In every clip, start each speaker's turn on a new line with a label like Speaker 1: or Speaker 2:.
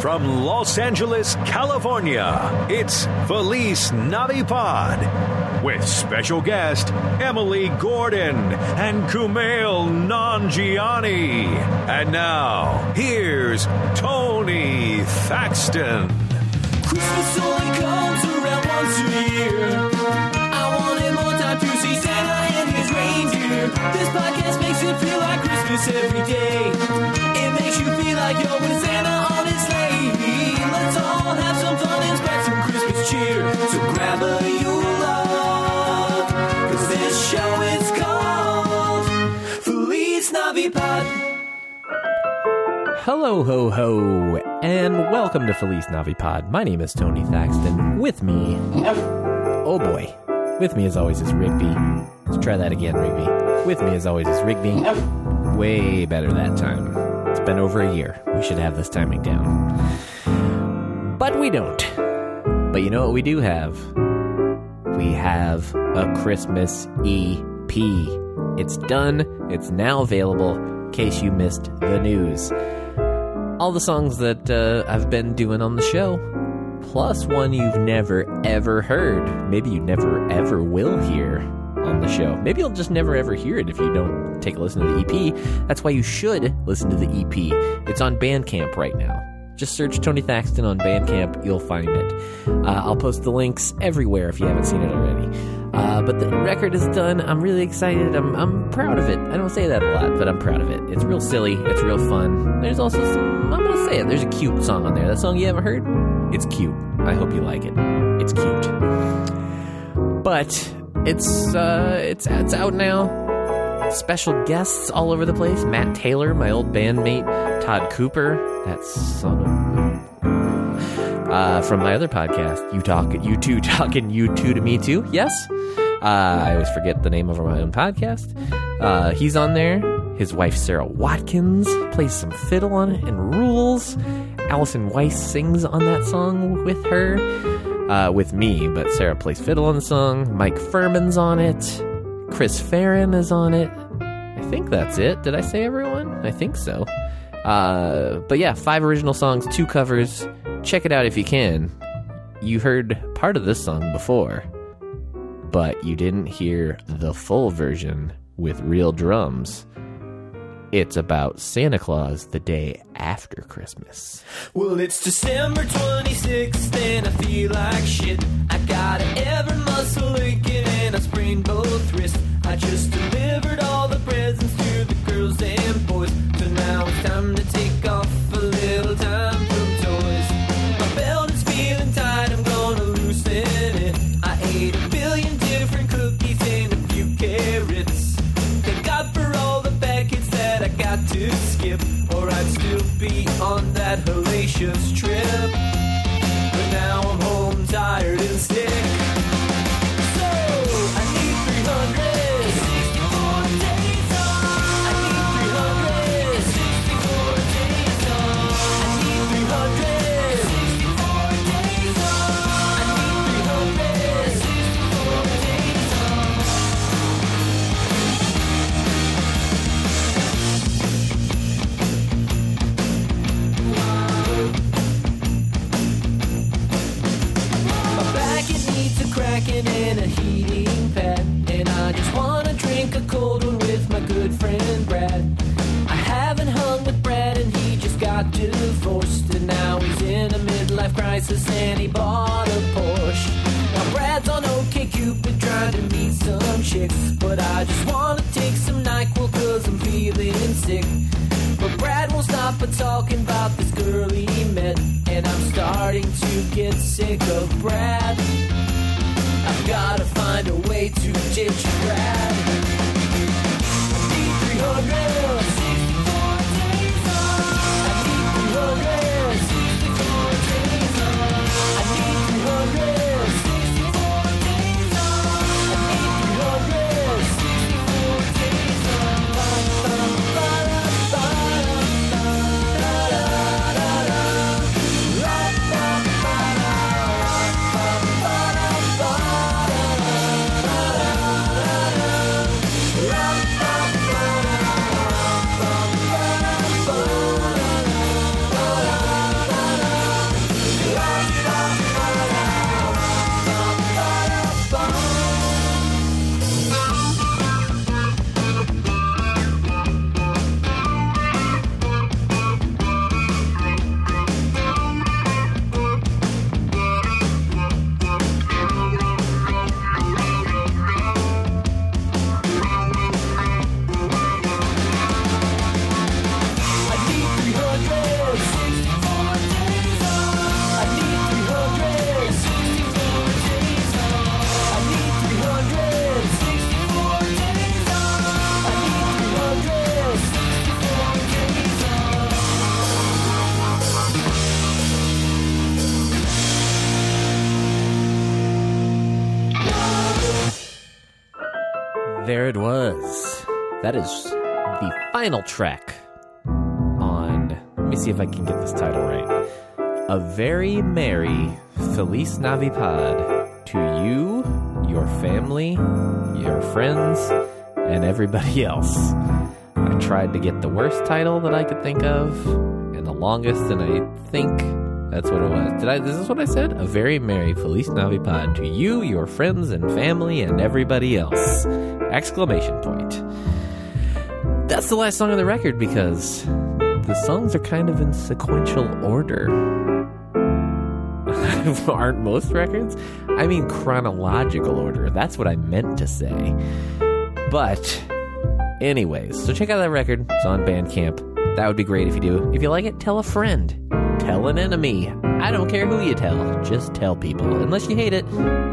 Speaker 1: From Los Angeles, California, it's Felice Navipod with special guest Emily Gordon and Kumail Nanjiani. And now, here's Tony Thaxton.
Speaker 2: Christmas only comes around once a year. I wanted more time to see Santa and his reindeer. This podcast makes it feel like Christmas every day. It makes you feel like you're with Santa on his sleigh. Let's all have some fun and spread some Christmas cheer. So grab a Yule log, 'cause this show is called Feliz Navipod.
Speaker 3: Hello, ho, ho, and welcome to Felice Navipod. My name is Tony Thaxton. With me, oh boy, with me as always is Rigby. Let's try that again, Rigby. With me as always is Rigby. Way better that time. It's been over a year. We should have this timing down. But we don't. But you know what we do have? We have a Christmas EP. It's done, it's now available, in case you missed the news all the songs that uh, I've been doing on the show, plus one you've never ever heard. Maybe you never ever will hear on the show. Maybe you'll just never ever hear it if you don't take a listen to the EP. That's why you should listen to the EP. It's on Bandcamp right now. Just search Tony Thaxton on Bandcamp, you'll find it. Uh, I'll post the links everywhere if you haven't seen it already. Uh, but the record is done. I'm really excited. I'm, I'm proud of it. I don't say that a lot, but I'm proud of it. It's real silly. It's real fun. There's also some, I'm going to say it, there's a cute song on there. That song you haven't heard? It's cute. I hope you like it. It's cute. But it's, uh, it's, it's out now special guests all over the place. Matt Taylor, my old bandmate, Todd Cooper, that son of uh, from my other podcast, you talk, you two talking, you two to me too. Yes, uh, I always forget the name of my own podcast. Uh, he's on there. His wife Sarah Watkins plays some fiddle on it and rules. Allison Weiss sings on that song with her, uh, with me, but Sarah plays fiddle on the song. Mike Furman's on it. Chris Farron is on it. I think that's it. Did I say everyone? I think so. Uh, but yeah, five original songs, two covers. Check it out if you can. You heard part of this song before, but you didn't hear the full version with real drums. It's about Santa Claus the day after Christmas.
Speaker 2: Well, it's December 26th and I feel like shit. I got every muscle aching and I sprained both wrists. I just delivered all the presents to the girls and boys. So now it's time to take off a little time from toys. My belt is feeling tight, I'm gonna loosen it. I ate a billion different cookies and a few carrots. Thank God for all the bad kids that I got to skip, or I'd still be on that hellacious trip. But now I'm home, tired and sick. So I need 364 days off. I need 364 days off. I need 364 days off. I need 364 days off. My back it needs a cracking and a heating pad, and I just wanna drink a cold one with my good friend Brad. I haven't hung with Brad, and he just got divorced, and now he's in a midlife crisis, and he bought a Porsche. Now Brad's on OK Cupid trying to meet some chicks, but I just wanna take some Nyquil cause I'm feeling sick. But Brad won't stop but talking about this girl he met, and I'm starting to get sick of Brad. I've gotta find a way to ditch Brad. I need 364 days off. I need 364 days off. I need 364 days off. I need 364 days off.
Speaker 3: there it was. That is the final track on. Let me see if I can get this title right. A very merry Feliz Navipod to you, your family, your friends, and everybody else. I tried to get the worst title that I could think of, and the longest, and I think that's what it was. Did I? Is this what I said? A very merry Feliz Navipod to you, your friends and family, and everybody else! Exclamation point. That's the last song on the record because the songs are kind of in sequential order. Aren't most records? I mean chronological order. That's what I meant to say. But Anyways, so check out that record. It's on Bandcamp. That would be great if you do. If you like it, tell a friend. Tell an enemy. I don't care who you tell. Just tell people. Unless you hate it,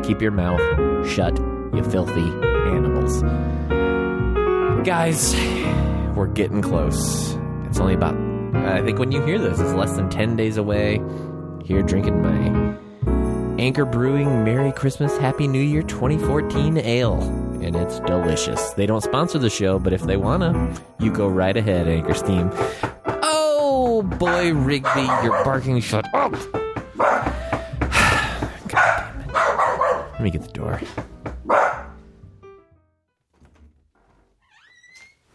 Speaker 3: keep your mouth shut, you filthy animals. Guys, we're getting close. It's only about, I think when you hear this, it's less than 10 days away. Here drinking my Anchor Brewing Merry Christmas Happy New Year 2014 Ale. And it's delicious. They don't sponsor the show, but if they wanna, you go right ahead, Anchor Steam. Oh boy, Rigby, you're barking. Shut up. God damn it. Let me get the door.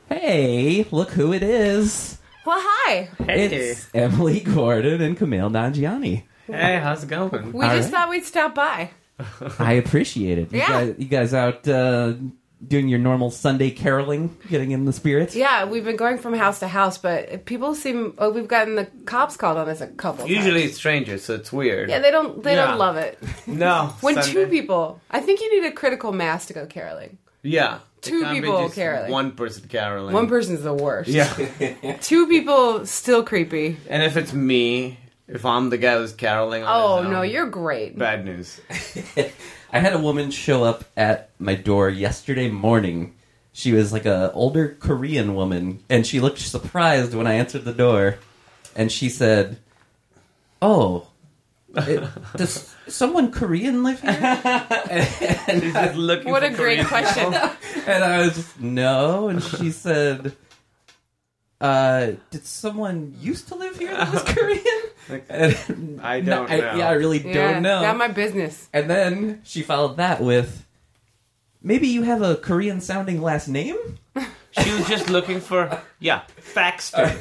Speaker 3: Hey, look who it is.
Speaker 4: Well, hi.
Speaker 3: It's Emily Gordon and Camille Nangiani.
Speaker 5: Hey, how's it going?
Speaker 4: We
Speaker 3: All
Speaker 4: just
Speaker 3: right.
Speaker 4: thought we'd stop by.
Speaker 3: I appreciate it. You,
Speaker 4: Yeah.
Speaker 3: guys, you guys out uh, doing your normal Sunday caroling, getting in the spirits?
Speaker 4: Yeah, we've been going from house to house, but people seem. Oh, we've gotten the cops called on us a couple. times.
Speaker 5: Usually it's strangers, so it's weird.
Speaker 4: Yeah, they don't. They
Speaker 5: Yeah.
Speaker 4: don't love it.
Speaker 5: no.
Speaker 4: When
Speaker 5: Sunday.
Speaker 4: two people, I think you need a critical mass to go caroling.
Speaker 5: Yeah. It
Speaker 4: two
Speaker 5: can't be
Speaker 4: people
Speaker 5: just
Speaker 4: caroling.
Speaker 5: One person caroling.
Speaker 4: One person's the worst.
Speaker 5: Yeah.
Speaker 4: Two people still creepy.
Speaker 5: and if it's me, if I'm the guy who's caroling, on
Speaker 4: Oh
Speaker 5: his own,
Speaker 4: no, you're great.
Speaker 5: bad news.
Speaker 6: I had a woman show up at my door yesterday morning. She was like a older Korean woman, and she looked surprised when I answered the door, and she said, "Oh, it, does someone Korean live here?"
Speaker 5: He's just looking
Speaker 4: What
Speaker 5: for
Speaker 4: a great
Speaker 5: Korean-
Speaker 4: question.
Speaker 6: And I was just, "No," and she said, uh, "Did someone used to live here that was Korean?" And
Speaker 5: I don't
Speaker 6: I,
Speaker 5: know.
Speaker 6: yeah, I really
Speaker 4: Yeah,
Speaker 6: don't know.
Speaker 4: Not my business.
Speaker 6: And then she followed that with, maybe you have a Korean sounding last name?
Speaker 5: She was just looking for, yeah, Faxter.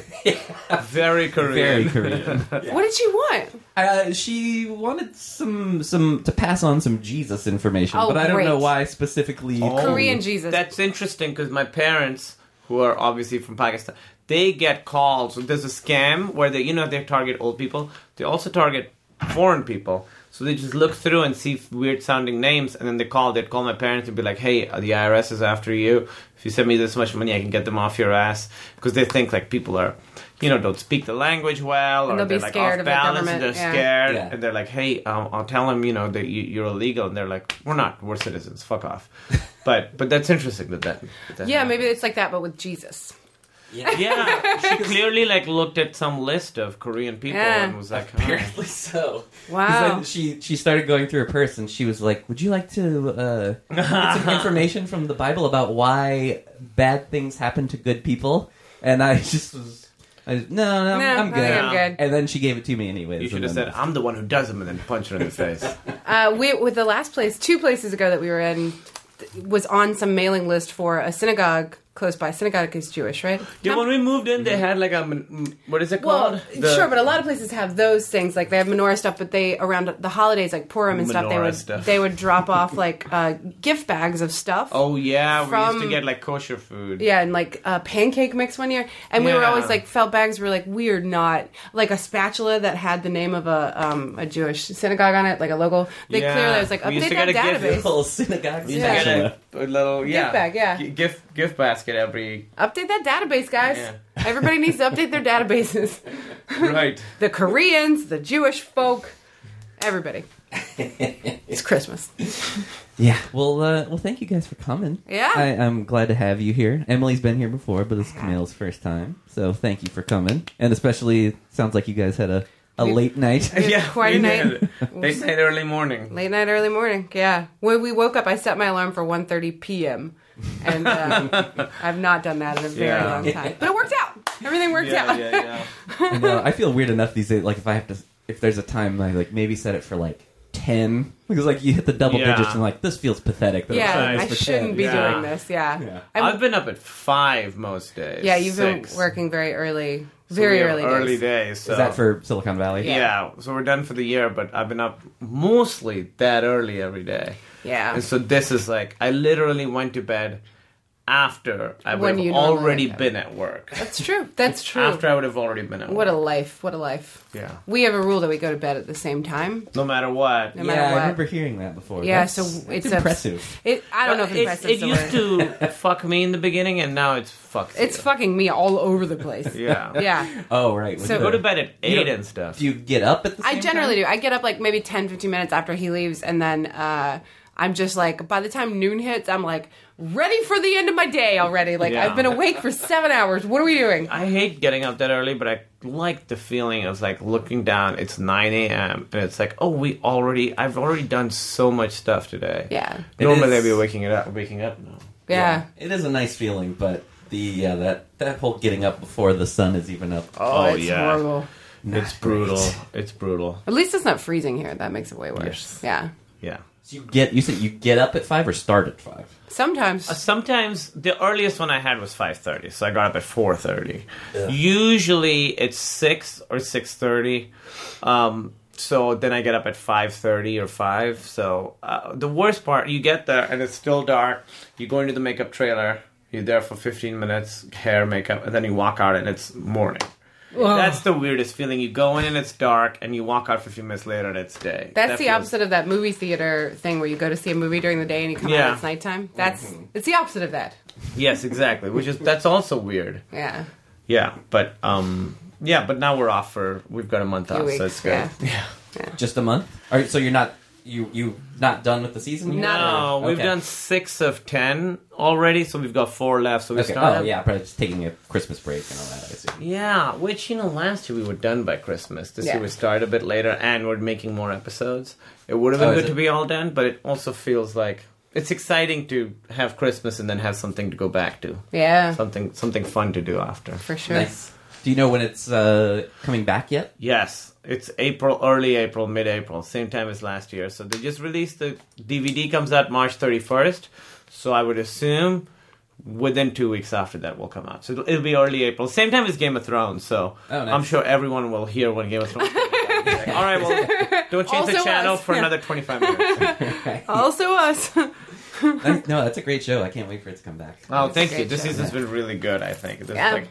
Speaker 5: Very Korean.
Speaker 6: Korean.
Speaker 4: What did she want?
Speaker 6: uh, she wanted some some to pass on some Jesus information,
Speaker 4: Oh,
Speaker 6: but I don't
Speaker 4: great.
Speaker 6: know why specifically.
Speaker 5: Oh.
Speaker 4: Korean Jesus.
Speaker 5: That's interesting because my parents, who are obviously from Pakistan, they get calls. There's a scam where they, you know, they target old people. They also target foreign people. So they just look through and see weird sounding names, and then they call. They'd call my parents and be like, "Hey, the IRS is after you. If you send me this much money, I can get them off your ass." Because they think like people are, you know, don't speak the language well, or
Speaker 4: they'll be
Speaker 5: they're like
Speaker 4: scared
Speaker 5: off
Speaker 4: of the
Speaker 5: balance, and they're
Speaker 4: government, yeah.
Speaker 5: scared,
Speaker 6: Yeah.
Speaker 5: and they're like, "Hey, um, I'll tell them, you know, that you, you're illegal," and they're like, "We're not. We're citizens. Fuck off." but but that's interesting that that. that that
Speaker 4: yeah,
Speaker 5: happened.
Speaker 4: maybe it's like that, but with Jesus.
Speaker 5: Yeah, she clearly like looked at some list of Korean people
Speaker 4: Yeah.
Speaker 5: and was like, "Huh."
Speaker 6: Apparently so. 'Cause
Speaker 4: Wow.
Speaker 6: then she she started going through her purse and she was like, "Would you like to uh, get some information from the Bible about why bad things happen to good people?" And I just was, I was, no, no,
Speaker 4: No,
Speaker 6: I'm
Speaker 4: I think
Speaker 6: good.
Speaker 4: I'm good.
Speaker 6: And then she gave it to me anyways.
Speaker 5: "You should
Speaker 6: and
Speaker 5: have
Speaker 6: then-
Speaker 5: said I'm the one who does them," and then punch her in the face.
Speaker 4: Uh, we with the last place, two places ago that we were in, th- was on some mailing list for a synagogue close by. Synagogue is Jewish, right?
Speaker 5: yeah, when we moved in, they had like a mon- m- what is it
Speaker 4: well,
Speaker 5: called? The-
Speaker 4: sure, but a lot of places have those things. Like they have menorah stuff, but they around the holidays, like Purim and stuff, they
Speaker 5: Menorah
Speaker 4: would
Speaker 5: stuff.
Speaker 4: they would drop off like uh, gift bags of stuff.
Speaker 5: oh yeah, we used to
Speaker 4: from-
Speaker 5: get like kosher food.
Speaker 4: Yeah, and like a pancake mix one year, and we were
Speaker 5: Yeah.
Speaker 4: always like felt bags were like weird, not like a spatula that had the name of a um, a Jewish synagogue on it, like a logo. They
Speaker 5: Yeah.
Speaker 4: clearly was like
Speaker 5: We used
Speaker 4: update
Speaker 5: to
Speaker 4: that
Speaker 5: get a gift-
Speaker 4: database,
Speaker 6: Little synagogue.
Speaker 5: You
Speaker 4: Yeah.
Speaker 5: used to get a, a little yeah,
Speaker 4: bag, yeah.
Speaker 5: g- gift gift basket every
Speaker 4: update that database, guys.
Speaker 5: Yeah.
Speaker 4: Everybody needs to update their databases.
Speaker 5: right.
Speaker 4: the Koreans, the Jewish folk, everybody. it's Christmas.
Speaker 6: Yeah. Well, uh, well, thank you guys for coming.
Speaker 4: Yeah.
Speaker 6: I, I'm glad to have you here. Emily's been here before, but it's Camille's first time, so thank you for coming. And especially, it sounds like you guys had a, a
Speaker 4: We-
Speaker 6: late night.
Speaker 4: It's
Speaker 5: yeah,
Speaker 4: quite a
Speaker 5: we
Speaker 4: night.
Speaker 5: did. They said early morning.
Speaker 4: Late night, early morning. Yeah. When we woke up, I set my alarm for 1.30 p.m. and uh, I've not done that in a very
Speaker 5: Yeah.
Speaker 4: long time. But it worked out. Everything worked
Speaker 5: yeah,
Speaker 4: out.
Speaker 5: yeah, yeah.
Speaker 6: I know. I feel weird enough these days. Like if I have to, if there's a time, I like maybe set it for like ten because like you hit the double
Speaker 5: Yeah.
Speaker 6: digits and like this feels pathetic. that
Speaker 4: Yeah,
Speaker 6: it's
Speaker 4: I
Speaker 6: set for 10.
Speaker 4: shouldn't be
Speaker 5: Yeah.
Speaker 4: doing this. Yeah,
Speaker 6: Yeah.
Speaker 4: I-
Speaker 5: I've been up at five most days.
Speaker 4: yeah. You've
Speaker 5: six.
Speaker 4: been working very early,
Speaker 5: So
Speaker 4: very
Speaker 5: we have
Speaker 4: early,
Speaker 5: Early
Speaker 4: days.
Speaker 5: days. So.
Speaker 6: Is that for Silicon Valley?
Speaker 4: Yeah.
Speaker 5: Yeah, so we're done for the year, but I've been up mostly that early every day.
Speaker 4: Yeah,
Speaker 5: And so this is like I literally went to bed after I
Speaker 4: When
Speaker 5: would
Speaker 4: you
Speaker 5: have
Speaker 4: normally
Speaker 5: already
Speaker 4: go.
Speaker 5: been at work.
Speaker 4: that's true. That's true.
Speaker 5: After I would have already been at
Speaker 4: what a
Speaker 5: work.
Speaker 4: life! What a life!
Speaker 5: Yeah.
Speaker 4: We have a rule that we go to bed at the same time.
Speaker 5: No matter what.
Speaker 4: No
Speaker 6: Yeah,
Speaker 4: matter
Speaker 6: I
Speaker 4: what.
Speaker 6: remember hearing that before.
Speaker 4: Yeah,
Speaker 6: That's-
Speaker 4: so
Speaker 6: that's
Speaker 4: it's a-
Speaker 6: impressive.
Speaker 4: It, I don't know if
Speaker 5: it,
Speaker 4: impressive.
Speaker 5: it used to fuck me in the beginning, and now it's fucked.
Speaker 4: It's
Speaker 5: you.
Speaker 4: fucking me all over the place.
Speaker 5: yeah.
Speaker 4: Yeah.
Speaker 6: Oh right.
Speaker 4: So-
Speaker 5: Go to bed at
Speaker 6: You
Speaker 5: eight
Speaker 6: don't-
Speaker 5: and stuff.
Speaker 6: Do you get up at the? Same
Speaker 4: I generally do. I get up like maybe 10, 15 minutes after he leaves, and then uh, I'm just like, by the time noon hits, I'm like, ready for the end of my day already. Like,
Speaker 5: Yeah.
Speaker 4: I've been awake for seven hours. What are we doing?
Speaker 5: I hate getting up that early, but I like the feeling of like looking down. It's nine a.m. and it's like, oh, we already. I've already done so much stuff today.
Speaker 4: Yeah.
Speaker 6: It
Speaker 5: Normally,
Speaker 6: is-
Speaker 5: I'd be waking it up. Waking up now.
Speaker 4: Yeah.
Speaker 6: It is a nice feeling, but the yeah that that whole getting up before the sun is even up.
Speaker 5: Oh,
Speaker 4: it's
Speaker 5: yeah.
Speaker 4: horrible.
Speaker 5: It's brutal. It's brutal.
Speaker 4: At least it's not freezing here. That makes it way worse. Yeah.
Speaker 5: Yeah.
Speaker 6: So you get you said you get up at five or start at five.
Speaker 4: Sometimes.
Speaker 5: Sometimes the earliest one I had was five thirty, so I got up at four thirty. Usually it's six or six thirty. Um, so then I get up at five thirty or five. So uh, the worst part, you get there and it's still dark. You go into the makeup trailer. You're there for fifteen minutes, hair, makeup, and then you walk out and it's morning. That's the weirdest feeling. You go in and it's dark, and you walk out 15 minutes later and it's day.
Speaker 4: That's
Speaker 5: That
Speaker 4: the
Speaker 5: feels-
Speaker 4: opposite of that movie theater thing where you go to see a movie during the day and you come out
Speaker 5: Yeah.
Speaker 4: and it's nighttime.
Speaker 5: Mm-hmm.
Speaker 4: That's it's the opposite of that.
Speaker 5: Yes, exactly. Which is that's also weird.
Speaker 4: Yeah.
Speaker 5: Yeah, but um, yeah, but now we're off for we've got a month
Speaker 4: Few
Speaker 5: off,
Speaker 4: weeks,
Speaker 5: so it's good. Yeah.
Speaker 6: Just a month. All right. So you're not you you not done with the season. yet?
Speaker 4: Not
Speaker 5: No, we've
Speaker 6: Okay.
Speaker 5: done six of ten already, so we've got four left. So we
Speaker 6: Okay.
Speaker 5: started.
Speaker 6: Oh yeah, probably just taking a Christmas break and all that. I assume.
Speaker 5: Yeah, which you know, last year we were done by Christmas. This
Speaker 4: Yeah.
Speaker 5: year we started a bit later, and we're making more episodes. It would have
Speaker 6: Oh,
Speaker 5: been
Speaker 6: is
Speaker 5: good
Speaker 6: it?
Speaker 5: to be all done, but it also feels like it's exciting to have Christmas and then have something to go back to,
Speaker 4: Yeah.
Speaker 5: something something fun to do after.
Speaker 4: for sure.
Speaker 6: Nice. Do you know when it's uh, coming back yet?
Speaker 5: Yes, it's April, early April, mid April, same time as last year. So they just released the DVD, comes out March 31st. So I would assume within two weeks after that will come out. So it'll, it'll be early April, same time as Game of Thrones. So
Speaker 6: Oh, nice.
Speaker 5: I'm sure everyone will hear when Game of Thrones comes out. Like, All right, well, don't change the
Speaker 4: Also
Speaker 5: channel
Speaker 4: us.
Speaker 5: for another 25 minutes.
Speaker 4: Also us.
Speaker 6: Nice. No, that's a great show. I can't wait for it to come back.
Speaker 5: Oh,
Speaker 4: That's
Speaker 5: thank
Speaker 4: a
Speaker 5: you.
Speaker 4: great
Speaker 5: This
Speaker 4: show.
Speaker 5: season's been really good, I think. This is
Speaker 4: Yeah.
Speaker 5: like,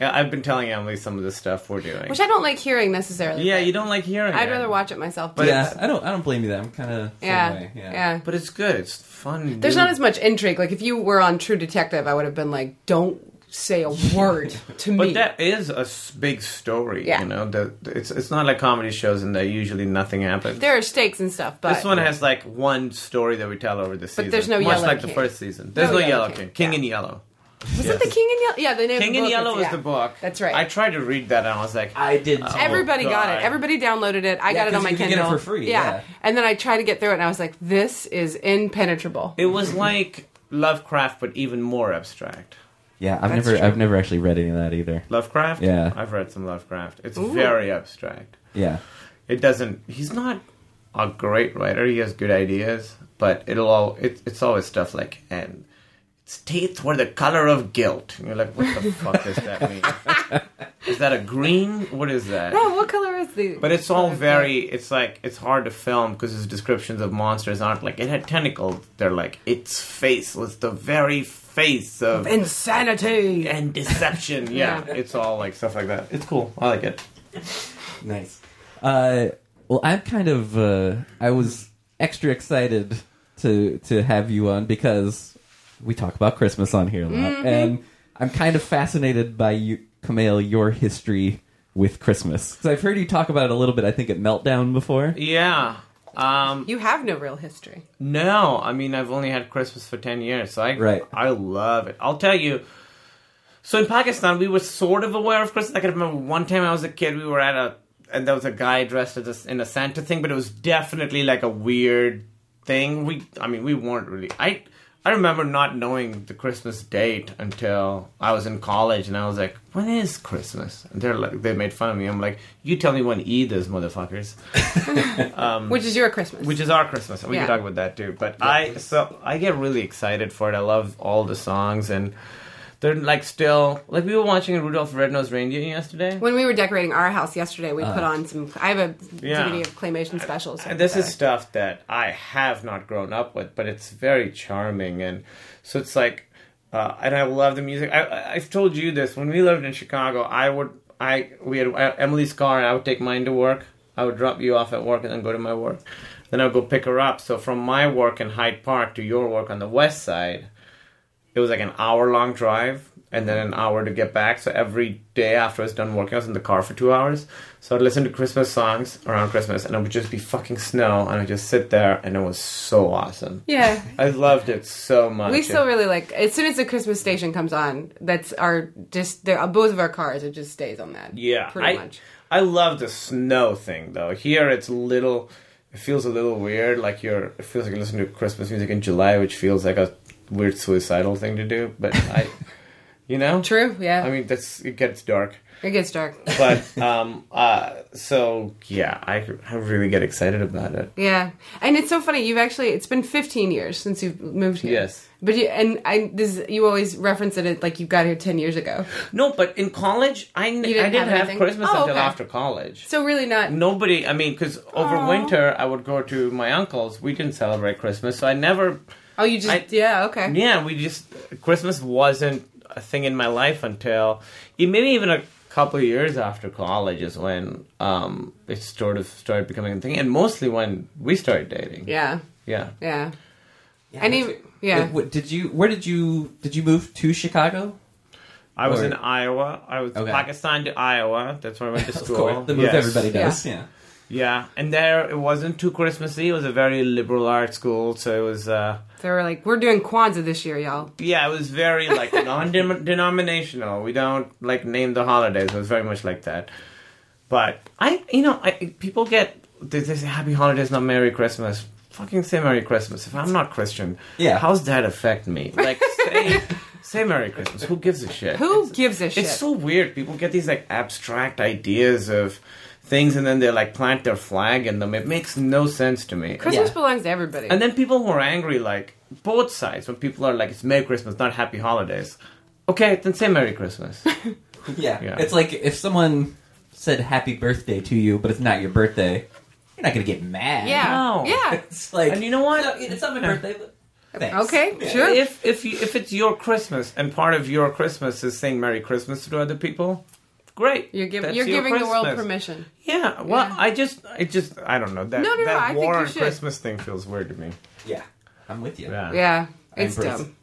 Speaker 5: yeah, I've been telling Emily some of the stuff we're doing.
Speaker 4: Which I don't like hearing necessarily.
Speaker 5: yeah,
Speaker 4: but
Speaker 5: you don't like hearing
Speaker 4: I'd
Speaker 5: it.
Speaker 4: rather watch it myself.
Speaker 5: But
Speaker 6: yeah,
Speaker 5: it's-
Speaker 6: I don't. I don't blame you. That I'm kind of
Speaker 4: yeah,
Speaker 6: Way.
Speaker 4: yeah,
Speaker 5: But it's good. It's fun.
Speaker 4: There's
Speaker 5: dude.
Speaker 4: not as much intrigue. Like if you were on True Detective, I would have been like, "Don't say a word to me."
Speaker 5: But that is a s- big story,
Speaker 4: Yeah.
Speaker 5: you know. The, it's it's not like comedy shows and there usually nothing happens.
Speaker 4: there are stakes and stuff, but
Speaker 5: this one has like one story that we tell over the season.
Speaker 4: there's no
Speaker 5: much
Speaker 4: Yellow
Speaker 5: like
Speaker 4: King.
Speaker 5: the first season. There's
Speaker 4: No
Speaker 5: no,
Speaker 4: Yellow
Speaker 5: Yellow
Speaker 4: King.
Speaker 5: King. King
Speaker 4: Yeah.
Speaker 5: in Yellow.
Speaker 4: was it the King in Yellow? Yeah, the name. of
Speaker 5: King
Speaker 4: the
Speaker 5: in
Speaker 4: book
Speaker 5: Yellow is
Speaker 4: yeah.
Speaker 5: the book.
Speaker 4: That's right.
Speaker 5: I tried to read that and I was like,
Speaker 6: I did. too.
Speaker 4: Everybody
Speaker 5: Oh,
Speaker 4: got
Speaker 5: God.
Speaker 4: it. Everybody downloaded it. I
Speaker 6: Yeah,
Speaker 4: got it on
Speaker 6: 'cause
Speaker 4: my
Speaker 6: you can get it
Speaker 4: Kindle
Speaker 6: for free, yeah.
Speaker 4: and then I tried to get through it, and I was like, "This is impenetrable."
Speaker 5: it was like Lovecraft, but even more abstract.
Speaker 6: yeah, I've
Speaker 4: That's
Speaker 6: never.
Speaker 4: true.
Speaker 6: I've never actually read any of that either.
Speaker 5: Lovecraft.
Speaker 6: Yeah.
Speaker 5: I've read some Lovecraft. It's very abstract.
Speaker 6: Yeah.
Speaker 5: It doesn't. He's not a great writer. He has good ideas, but it'll all. It, it's always stuff like and. Its teeth were the color of guilt. And you're like, what the fuck does that mean? is that a green? What is that?
Speaker 4: Oh, what color is the?
Speaker 5: But it's all very. It's like it's hard to film because his descriptions of monsters aren't like it had tentacles. They're like its face was the very face of
Speaker 4: insanity.
Speaker 5: and deception. Yeah, it's all like stuff like that. It's cool. I like it.
Speaker 6: Nice. Uh, well, I'm kind of. Uh, I was extra excited to to have you on because we talk about Christmas on here a lot, and I'm kind of fascinated by you, Camille, your history with Christmas. 'Cause I've heard you talk about it a little bit. I think at Meltdown before.
Speaker 5: Yeah. Um,
Speaker 4: You have no real history.
Speaker 5: No, I mean I've only had Christmas for ten years, so I
Speaker 6: Right.
Speaker 5: I love it. I'll tell you. So in Pakistan, we were sort of aware of Christmas. I can remember one time I was a kid, we were at a and there was a guy dressed as a, in a Santa thing, but it was definitely like a weird thing. We, I mean, we weren't really. I I remember not knowing the Christmas date until I was in college, and I was like, "When is Christmas?" And they're like, they made fun of me. I'm like, "You tell me when Eid is, motherfuckers,"
Speaker 4: which is your Christmas.
Speaker 5: which is our Christmas. and We
Speaker 4: Yeah.
Speaker 5: can talk about that too. But I so I get really excited for it. I love all the songs, and they're like still like we were watching Rudolph Red-Nosed Reindeer yesterday.
Speaker 4: when we were decorating our house yesterday, we put on some. I have a
Speaker 5: Uh. Yeah.
Speaker 4: DVD of claymation specials.
Speaker 5: And this is stuff that I have not grown up with, but it's very charming, and so it's like, uh, and I love the music. I- I, I've told you this when we lived in Chicago. I would, I we had uh, Emily's car, and I would take mine to work. I would drop you off at work, and then go to my work. Then I would go pick her up. So from my work in Hyde Park to your work on the West Side, it was like an hour long drive and then an hour to get back. So every day after I was done working, I was in the car for two hours. So I'd listen to Christmas songs around Christmas and it would just be fucking snow and I'd just sit there and it was so awesome.
Speaker 4: yeah.
Speaker 5: I loved it so much.
Speaker 4: We still really like as soon as the Christmas station comes on. That's our just there. Both of our cars. It just stays on that.
Speaker 5: yeah,
Speaker 4: pretty
Speaker 5: I,
Speaker 4: much.
Speaker 5: I love the snow thing though. Here it's little, it feels a little weird. Like you're, it feels like you're listening to Christmas music in July, which feels like a weird suicidal thing to do. But I, you know,
Speaker 4: True. Yeah.
Speaker 5: I mean, that's it gets dark.
Speaker 4: it gets dark.
Speaker 5: but um uh so yeah i i really get excited about it
Speaker 4: Yeah, and it's so funny. You've actually it's been 15 years since you've moved here.
Speaker 5: Yes.
Speaker 4: but you and I this you always reference it like you got here 10 years ago.
Speaker 5: no but in college i, didn't,
Speaker 4: didn't
Speaker 5: I
Speaker 4: have
Speaker 5: didn't have,
Speaker 4: anything?
Speaker 5: christmas
Speaker 4: Oh,
Speaker 5: until
Speaker 4: okay.
Speaker 5: after college
Speaker 4: So really not.
Speaker 5: nobody i mean because over winter i would go to my uncle's we didn't celebrate christmas so i never
Speaker 4: Oh, you just
Speaker 5: I-
Speaker 4: yeah okay.
Speaker 5: yeah we just christmas wasn't a thing in my life until e- maybe even a couple of years after college is when um it sort of started becoming a thing and mostly when we started dating
Speaker 4: yeah,
Speaker 5: yeah
Speaker 4: yeah, And
Speaker 6: that's
Speaker 4: he-
Speaker 6: it.
Speaker 4: yeah.
Speaker 6: Like, what- did you? Where did you? Did you move to Chicago?
Speaker 5: I was
Speaker 6: Or-
Speaker 5: in Iowa. I was
Speaker 6: Okay.
Speaker 5: Pakistan to Iowa. That's where I went to
Speaker 6: Of
Speaker 5: school.
Speaker 6: course, the move
Speaker 5: Yes.
Speaker 6: everybody does. Yeah.
Speaker 5: Yeah, and there it wasn't too Christmassy. It was a very liberal art school, so it was. uh
Speaker 4: They were like, we're doing Kwanzaa this year, y'all.
Speaker 5: Yeah, it was very like non-denominational. We don't like name the holidays. It was very much like that. But I, you know, I, people get they, they say Happy Holidays, not Merry Christmas. Fucking say Merry Christmas. If I'm not Christian,
Speaker 6: Yeah.
Speaker 5: how's that affect me? Like say, say Merry Christmas. Who gives a shit?
Speaker 4: Who
Speaker 5: It's-
Speaker 4: gives a shit?
Speaker 5: It's so weird. People get these like abstract ideas of things, and then they like plant their flag in them. It makes no sense to me.
Speaker 4: Christmas
Speaker 6: Yeah.
Speaker 4: belongs to everybody.
Speaker 5: And then people who are angry, like both sides, when people are like, "It's Merry Christmas, not Happy Holidays." Okay, then say Merry Christmas.
Speaker 6: yeah,
Speaker 5: Yeah.
Speaker 6: It's like if someone said Happy Birthday to you, but it's not your birthday, you're not gonna get mad.
Speaker 4: yeah,
Speaker 5: No.
Speaker 4: yeah.
Speaker 6: It's like,
Speaker 5: And you know what?
Speaker 6: No, It's not my birthday, but thanks.
Speaker 4: Okay,
Speaker 6: Yeah.
Speaker 4: sure.
Speaker 5: if if you, if it's your Christmas and part of your Christmas is saying Merry Christmas to other people, great.
Speaker 4: You're giving
Speaker 5: That's
Speaker 4: you're
Speaker 5: your
Speaker 4: giving the world
Speaker 5: Christmas.
Speaker 4: permission.
Speaker 5: Yeah. Well,
Speaker 4: Yeah.
Speaker 5: I just I just I don't know that
Speaker 4: No, no, no, I
Speaker 5: that
Speaker 4: think
Speaker 5: war
Speaker 4: you
Speaker 5: on
Speaker 4: should.
Speaker 5: Christmas thing feels weird to me.
Speaker 6: Yeah, I'm with you.
Speaker 5: Yeah.
Speaker 4: Yeah, it's
Speaker 6: embrace
Speaker 4: dumb.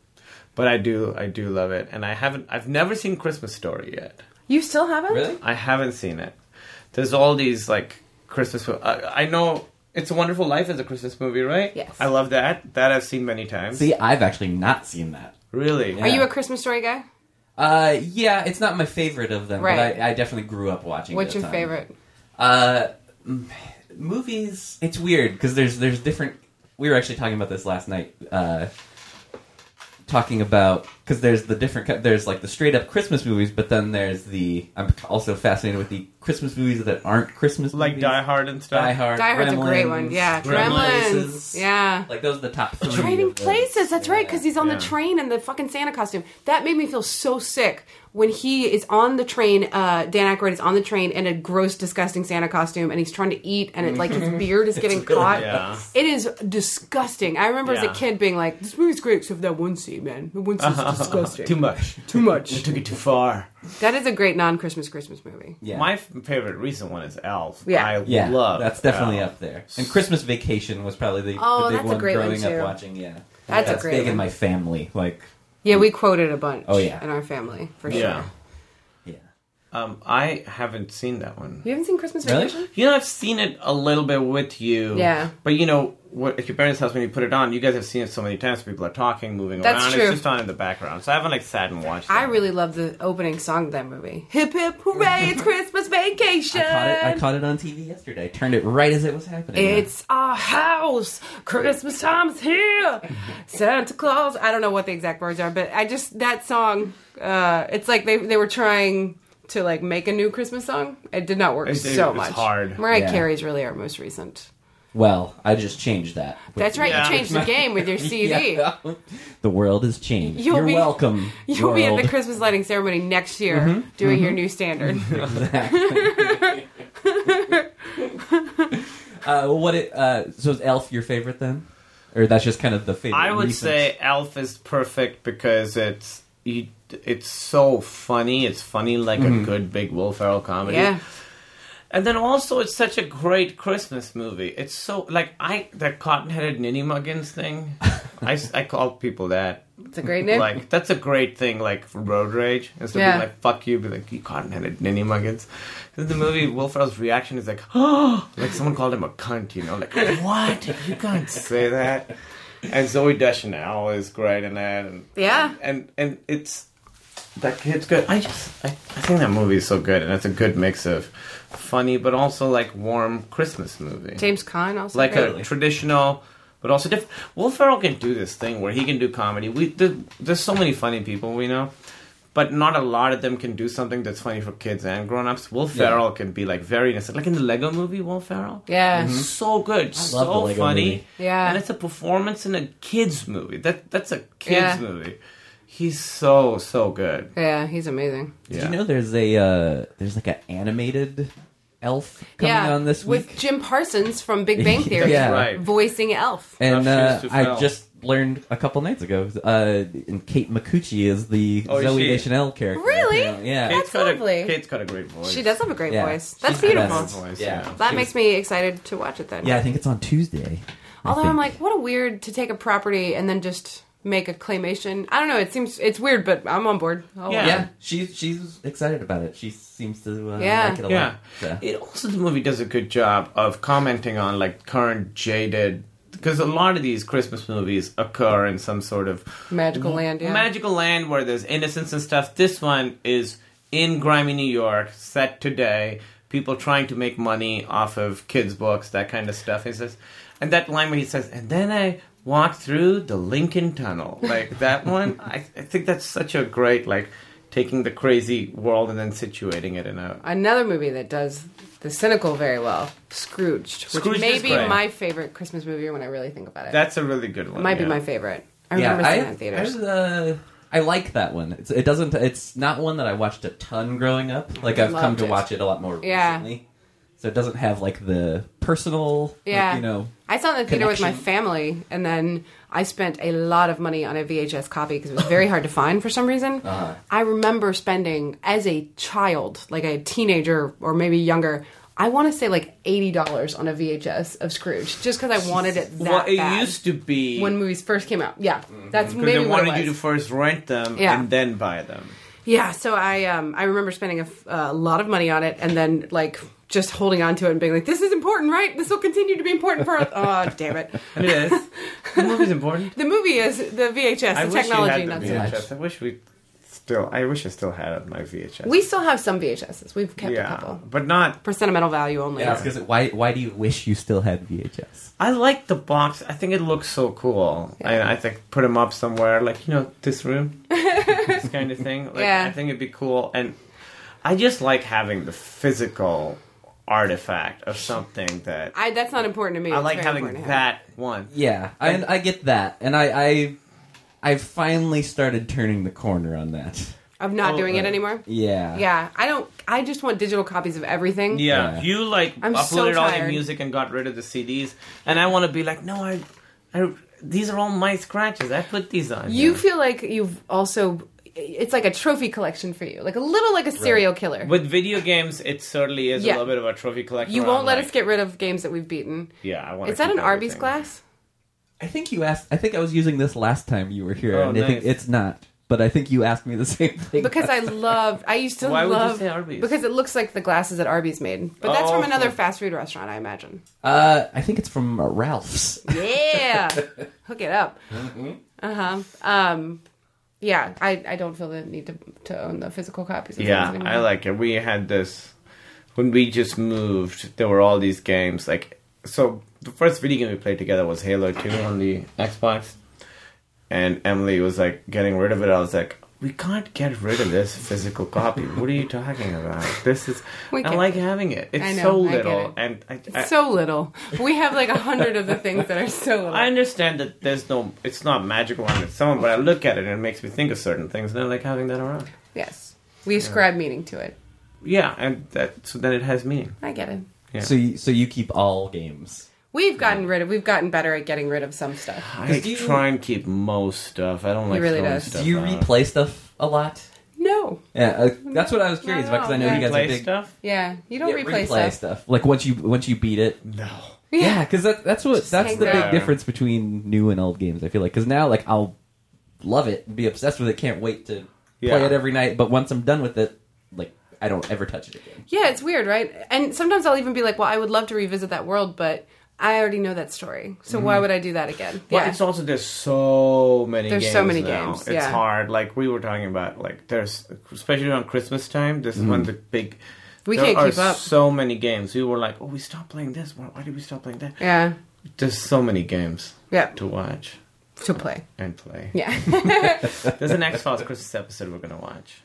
Speaker 5: But I do I do love it, and I haven't I've never seen Christmas Story yet.
Speaker 4: You still haven't?
Speaker 6: Really?
Speaker 5: I haven't seen it. There's all these like Christmas. mo- I, I know it's a Wonderful Life is a Christmas movie, right?
Speaker 4: Yes.
Speaker 5: I love that. That I've seen many times.
Speaker 6: See, I've actually not seen that.
Speaker 5: really?
Speaker 4: Are you
Speaker 6: Yeah.
Speaker 4: a Christmas story guy?
Speaker 6: Uh, yeah, it's not my favorite of them,
Speaker 4: Right.
Speaker 6: but I, I definitely grew up watching.
Speaker 4: What's
Speaker 6: it a
Speaker 4: your
Speaker 6: ton.
Speaker 4: favorite?
Speaker 6: Uh, m- movies. It's weird because there's there's different. We were actually talking about this last night. Uh, talking about because there's the different ki- there's like the straight up Christmas movies, but then there's the I'm also fascinated with the Christmas movies that aren't Christmas
Speaker 5: Like
Speaker 6: movies.
Speaker 5: Die Hard and stuff.
Speaker 6: Die Hard,
Speaker 4: Die Hard's a great
Speaker 6: Gremlins,
Speaker 4: one. Yeah, Gremlins.
Speaker 6: Places.
Speaker 4: Yeah.
Speaker 6: like those are the top three.
Speaker 4: Trading
Speaker 6: of those.
Speaker 4: places. That's right, because he's on
Speaker 5: Yeah.
Speaker 4: the train in the fucking Santa costume. That made me feel so sick when he is on the train. Uh, Dan Aykroyd is on the train in a gross, disgusting Santa costume, and he's trying to eat, and it like his beard is getting
Speaker 6: really
Speaker 4: caught.
Speaker 5: Yeah.
Speaker 4: It is disgusting. I remember
Speaker 5: Yeah.
Speaker 4: as a kid being like, "This movie's great, except for that one scene, man. The one scene's disgusting.
Speaker 5: Too much.
Speaker 4: Too
Speaker 5: You
Speaker 4: much."
Speaker 5: took it too far.
Speaker 4: That is a great non-Christmas Christmas movie.
Speaker 6: Yeah.
Speaker 5: My f- favorite recent one is Elf.
Speaker 4: Yeah.
Speaker 5: I
Speaker 6: yeah,
Speaker 5: love.
Speaker 6: that's definitely
Speaker 5: Elf.
Speaker 6: up there. And Christmas Vacation was probably the,
Speaker 4: Oh,
Speaker 6: the big
Speaker 4: that's a
Speaker 6: one
Speaker 4: great one,
Speaker 6: growing
Speaker 4: too.
Speaker 6: up watching. Yeah,
Speaker 4: That's a great
Speaker 6: big in
Speaker 4: one.
Speaker 6: my family. Like,
Speaker 4: Yeah, we quoted a bunch.
Speaker 6: Oh, yeah.
Speaker 4: in our family for
Speaker 5: Yeah.
Speaker 4: sure.
Speaker 6: yeah,
Speaker 5: Um, I haven't seen that one.
Speaker 4: You haven't seen Christmas
Speaker 6: Really?
Speaker 4: Vacation?
Speaker 5: You know, I've seen it a little bit with you.
Speaker 4: Yeah.
Speaker 5: But you know, what, at your parents' house when you put it on, you guys have seen it so many times. People are talking, moving
Speaker 4: That's
Speaker 5: around.
Speaker 4: true.
Speaker 5: It's just on in the background. So I haven't like sat and watched.
Speaker 4: I
Speaker 5: it.
Speaker 4: really love the opening song of that movie. Hip hip hooray! It's Christmas vacation.
Speaker 6: I caught it. I caught it on TV yesterday. I turned it right as it was happening.
Speaker 4: It's our house. Christmas time's here. Santa Claus. I don't know what the exact words are, but I just that song. Uh, it's like they they were trying to like make a new Christmas song. It did not work
Speaker 5: It's-
Speaker 4: so
Speaker 5: it's
Speaker 4: much.
Speaker 5: hard.
Speaker 4: Mariah
Speaker 6: Yeah.
Speaker 4: Carey's really our most recent.
Speaker 6: well, I just changed that.
Speaker 4: That's right.
Speaker 5: Yeah.
Speaker 4: You changed the game with your CD.
Speaker 6: Yeah. The world has changed.
Speaker 4: You'll
Speaker 6: are
Speaker 4: be-
Speaker 6: welcome.
Speaker 4: You'll
Speaker 6: world.
Speaker 4: be at the Christmas lighting ceremony next year doing your new standard.
Speaker 6: Uh, what it, uh, so is Elf your favorite then, or that's just kind of the favorite?
Speaker 5: I would
Speaker 6: recent-
Speaker 5: say Elf is perfect because it's you, it's so funny. It's funny like a good big Will Ferrell comedy.
Speaker 4: yeah.
Speaker 5: And then also, it's such a great Christmas movie. It's so like I that cotton-headed ninny muggins thing. I, s- I call people that.
Speaker 4: It's a great name.
Speaker 5: Like that's a great thing. Like road rage instead
Speaker 4: Yeah.
Speaker 5: of being like "fuck you," be like "you cotton-headed ninny muggins." In the movie, Will Ferrell's reaction is like, "Oh!" Like someone called him a cunt. You know, like what? You can't say that. And Zoe Deschanel is great in that. And
Speaker 4: yeah.
Speaker 5: and and it's that kid's good. I just I, I think that movie is so good, and it's a good mix of funny but also like warm Christmas movie,
Speaker 4: James Caan also.
Speaker 5: like
Speaker 4: great.
Speaker 5: a traditional. But also different. Will Ferrell can do this thing where he can do comedy. We there, there's so many funny people we know, but not a lot of them can do something that's funny for kids and grown-ups. Will Ferrell can be like very innocent, like in the Lego Movie. Will Ferrell,
Speaker 4: Yeah.
Speaker 5: so good,
Speaker 6: Mm-hmm. love the
Speaker 5: so
Speaker 6: Lego
Speaker 5: funny.
Speaker 6: Movie.
Speaker 4: Yeah.
Speaker 5: and it's a performance in a kids movie. That that's a kids
Speaker 4: Yeah.
Speaker 5: movie. He's so so good.
Speaker 4: Yeah, he's amazing.
Speaker 6: Did
Speaker 5: Yeah.
Speaker 6: you know there's a uh, there's like an animated Elf coming
Speaker 4: yeah.
Speaker 6: on this
Speaker 4: with
Speaker 6: week?
Speaker 4: Jim Parsons from Big Bang Theory.
Speaker 6: Yeah.
Speaker 5: Right.
Speaker 4: Voicing Elf.
Speaker 6: And uh,
Speaker 5: Enough shoes Oh, to
Speaker 6: I
Speaker 5: fill.
Speaker 6: just learned a couple nights ago, uh, and Kate Micucci is the
Speaker 5: Oh, is
Speaker 6: Zoe
Speaker 5: she?
Speaker 6: Deschanel character.
Speaker 4: Really?
Speaker 6: apparently. Yeah.
Speaker 4: That's
Speaker 5: got
Speaker 4: lovely.
Speaker 5: A, Kate's got a great voice.
Speaker 4: She does have a great
Speaker 6: Yeah.
Speaker 4: voice. That's
Speaker 6: She's the
Speaker 4: beautiful.
Speaker 5: Great voice,
Speaker 6: Yeah.
Speaker 5: yeah.
Speaker 4: That makes me excited to watch it then.
Speaker 6: Yeah, I think it's on Tuesday. I
Speaker 4: Although I'm
Speaker 6: think.
Speaker 4: like, what a weird to take a property and then just make a claymation. I don't know. It seems it's weird, but I'm on board. Oh,
Speaker 5: Yeah.
Speaker 6: yeah, she's she's excited about it. She seems to uh,
Speaker 4: Yeah.
Speaker 6: like it a
Speaker 5: Yeah.
Speaker 6: lot. so.
Speaker 5: It also the movie does a good job of commenting on like current jaded because a lot of these Christmas movies occur in some sort of
Speaker 6: Mm-hmm.
Speaker 4: Magical land. Yeah.
Speaker 5: magical land where there's innocence and stuff. This one is in grimy New York, set today. People trying to make money off of kids' books, that kind of stuff. He says, and that line where he says, "And then I walked through the Lincoln Tunnel," like that one. I, I think that's such a great like taking the crazy world and then situating it in a.
Speaker 4: Another movie that does the cynical very well, Scrooged, which
Speaker 5: Scrooged
Speaker 4: may
Speaker 5: is
Speaker 4: be
Speaker 5: great.
Speaker 4: my favorite Christmas movie when I really think about it.
Speaker 5: That's a really good one.
Speaker 4: it might
Speaker 5: yeah.
Speaker 4: be my favorite. I
Speaker 6: yeah,
Speaker 4: remember
Speaker 6: I,
Speaker 4: seeing that in theaters.
Speaker 6: I, uh, I like that one. It's, it doesn't. It's not one that I watched a ton growing up. Like I've come
Speaker 4: Oh, Loved
Speaker 6: to
Speaker 4: it.
Speaker 6: watch it a lot more
Speaker 4: Yeah.
Speaker 6: recently. So it doesn't have like the personal. like,
Speaker 4: Yeah.
Speaker 6: you know.
Speaker 4: I saw it in the theater with my
Speaker 6: connection.
Speaker 4: family, and then I spent a lot of money on a VHS copy because it was very hard to find for some reason.
Speaker 5: Uh-huh.
Speaker 4: I remember spending as a child, like a teenager or maybe younger. I want to say like eighty dollars on a VHS of Scrooge, just because I wanted it that
Speaker 5: Well, it
Speaker 4: bad
Speaker 5: used to be Mm-hmm.
Speaker 4: when movies first came out. Yeah, that's
Speaker 5: because
Speaker 4: maybe
Speaker 5: they
Speaker 4: what it
Speaker 5: wanted you to
Speaker 4: was.
Speaker 5: first rent them
Speaker 4: Yeah.
Speaker 5: and then buy them.
Speaker 4: Yeah, so I um I remember spending a, f- a lot of money on it and then like just holding on to it and being like, this is important, right? This will continue to be important for us. oh, damn it.
Speaker 5: And it is. the movie's important.
Speaker 4: The movie is the VHS, the technology, not so much.
Speaker 5: I wish we still. I wish I still had my VHS.
Speaker 4: We still have some VHSs. We've kept a couple
Speaker 5: but not.
Speaker 4: for sentimental value only.
Speaker 6: Yeah, because why? Why do you wish you still had VHS?
Speaker 5: I like the box. I think it looks so cool. And I think put them up somewhere, like you know, this room, this kind of thing. Like,
Speaker 4: Yeah.
Speaker 5: I think it'd be cool. And I just like having the physical artifact of something that I,
Speaker 4: I, that's not important to me. It's
Speaker 5: like
Speaker 4: very
Speaker 5: having
Speaker 4: important to have.
Speaker 5: that one.
Speaker 6: Yeah, I, I get that, and I, I I finally started turning the corner on that.
Speaker 4: of not
Speaker 5: Oh,
Speaker 4: doing it
Speaker 5: uh,
Speaker 4: anymore.
Speaker 6: Yeah,
Speaker 4: Yeah, I don't. I just want digital copies of everything.
Speaker 5: Yeah,
Speaker 6: Yeah.
Speaker 5: you like
Speaker 4: I'm
Speaker 5: uploaded
Speaker 4: so
Speaker 5: all your
Speaker 4: tired.
Speaker 5: music and got rid of the CDs, and I want to be like, no, I, I, these are all my scratches. I put these on.
Speaker 4: You
Speaker 5: here."
Speaker 4: feel like you've also. It's like a trophy collection for you, like a little like a serial killer.
Speaker 5: With video games, it certainly is
Speaker 4: Yeah.
Speaker 5: a little bit of a trophy collection.
Speaker 4: You
Speaker 5: where
Speaker 4: won't
Speaker 5: I'm
Speaker 4: let
Speaker 5: like,
Speaker 4: us get rid of games that we've beaten.
Speaker 5: Yeah, I want.
Speaker 4: Is that an Arby's glass?
Speaker 6: I think you asked. I think I was using this last time you were here,
Speaker 5: Oh,
Speaker 6: and I think
Speaker 5: nice.
Speaker 6: it's not. but I think you asked me the same thing.
Speaker 4: Because I loved, I used to
Speaker 5: Why would you
Speaker 4: love.
Speaker 5: say Arby's?
Speaker 4: Because it looks like the glasses that Arby's made, but that's
Speaker 5: Oh,
Speaker 4: from another
Speaker 5: okay.
Speaker 4: fast food restaurant, I imagine.
Speaker 6: Uh, I think it's from uh, Ralph's.
Speaker 4: Yeah, hook it up.
Speaker 5: Mm-hmm.
Speaker 4: Uh huh. Um, yeah, I, I don't feel the need to to own the physical copies. Of
Speaker 5: Yeah,
Speaker 4: things anymore.
Speaker 5: I like it. We had this when we just moved. There were all these games. Like so, the first video game we played together was Halo Two on the Xbox, and Emily was like getting rid of it. I was like. We can't get rid of this physical copy. What are you talking about? This is.
Speaker 4: We
Speaker 5: I
Speaker 4: get
Speaker 5: like having it. It's
Speaker 4: I know,
Speaker 5: so
Speaker 4: I get
Speaker 5: little,
Speaker 4: it.
Speaker 5: and I, I,
Speaker 4: so little. We have like a hundred of the things that are so little.
Speaker 5: I understand that there's no. It's not magical on its own, but I look at it and it makes me think of certain things, and I like having that around.
Speaker 4: yes, we ascribe meaning to it.
Speaker 5: Yeah, and that so then it has meaning.
Speaker 4: I get it.
Speaker 5: Yeah.
Speaker 6: So, you, so you keep all games.
Speaker 4: We've gotten rid of. We've gotten better at getting rid of some stuff.
Speaker 5: I
Speaker 6: do you-
Speaker 5: try and keep most stuff. I don't like
Speaker 4: really
Speaker 5: throwing
Speaker 4: does.
Speaker 5: stuff.
Speaker 6: Do you
Speaker 5: out.
Speaker 6: replay stuff a lot?
Speaker 4: No.
Speaker 6: Uh, Yeah, uh, that's what I was curious about because I know
Speaker 4: No,
Speaker 6: you guys
Speaker 5: Replay
Speaker 6: are big.
Speaker 5: stuff?
Speaker 4: Yeah, you don't
Speaker 6: Yeah,
Speaker 4: replay,
Speaker 6: replay
Speaker 4: stuff.
Speaker 6: Like once you once you beat it,
Speaker 5: No.
Speaker 6: yeah, because that, that's what that's
Speaker 4: hang
Speaker 6: the big
Speaker 4: around.
Speaker 6: difference between new and old games. I feel like because now like I'll love it, and be obsessed with it, can't wait to play
Speaker 5: Yeah.
Speaker 6: it every night. But once I'm done with it, like I don't ever touch it again.
Speaker 4: Yeah, it's weird, right? And sometimes I'll even be like, "Well, I would love to revisit that world, but I already know that story, so why would I do that again?"
Speaker 5: Mm. Well,
Speaker 4: yeah,
Speaker 5: it's also there's so many.
Speaker 4: There's
Speaker 5: games
Speaker 4: so many
Speaker 5: now.
Speaker 4: games,
Speaker 5: It's
Speaker 4: yeah.
Speaker 5: hard. Like we were talking about, like there's especially around Christmas time. This is when the big.
Speaker 4: We
Speaker 5: there
Speaker 4: can't
Speaker 5: are
Speaker 4: keep up.
Speaker 5: So many games. We were like, oh, we stopped playing this. Why, why did we stop playing that?
Speaker 4: yeah,
Speaker 5: There's so many games
Speaker 4: yeah,
Speaker 5: to watch
Speaker 4: to play.
Speaker 5: and play.
Speaker 4: Yeah,
Speaker 5: There's an X Files Christmas episode we're gonna watch.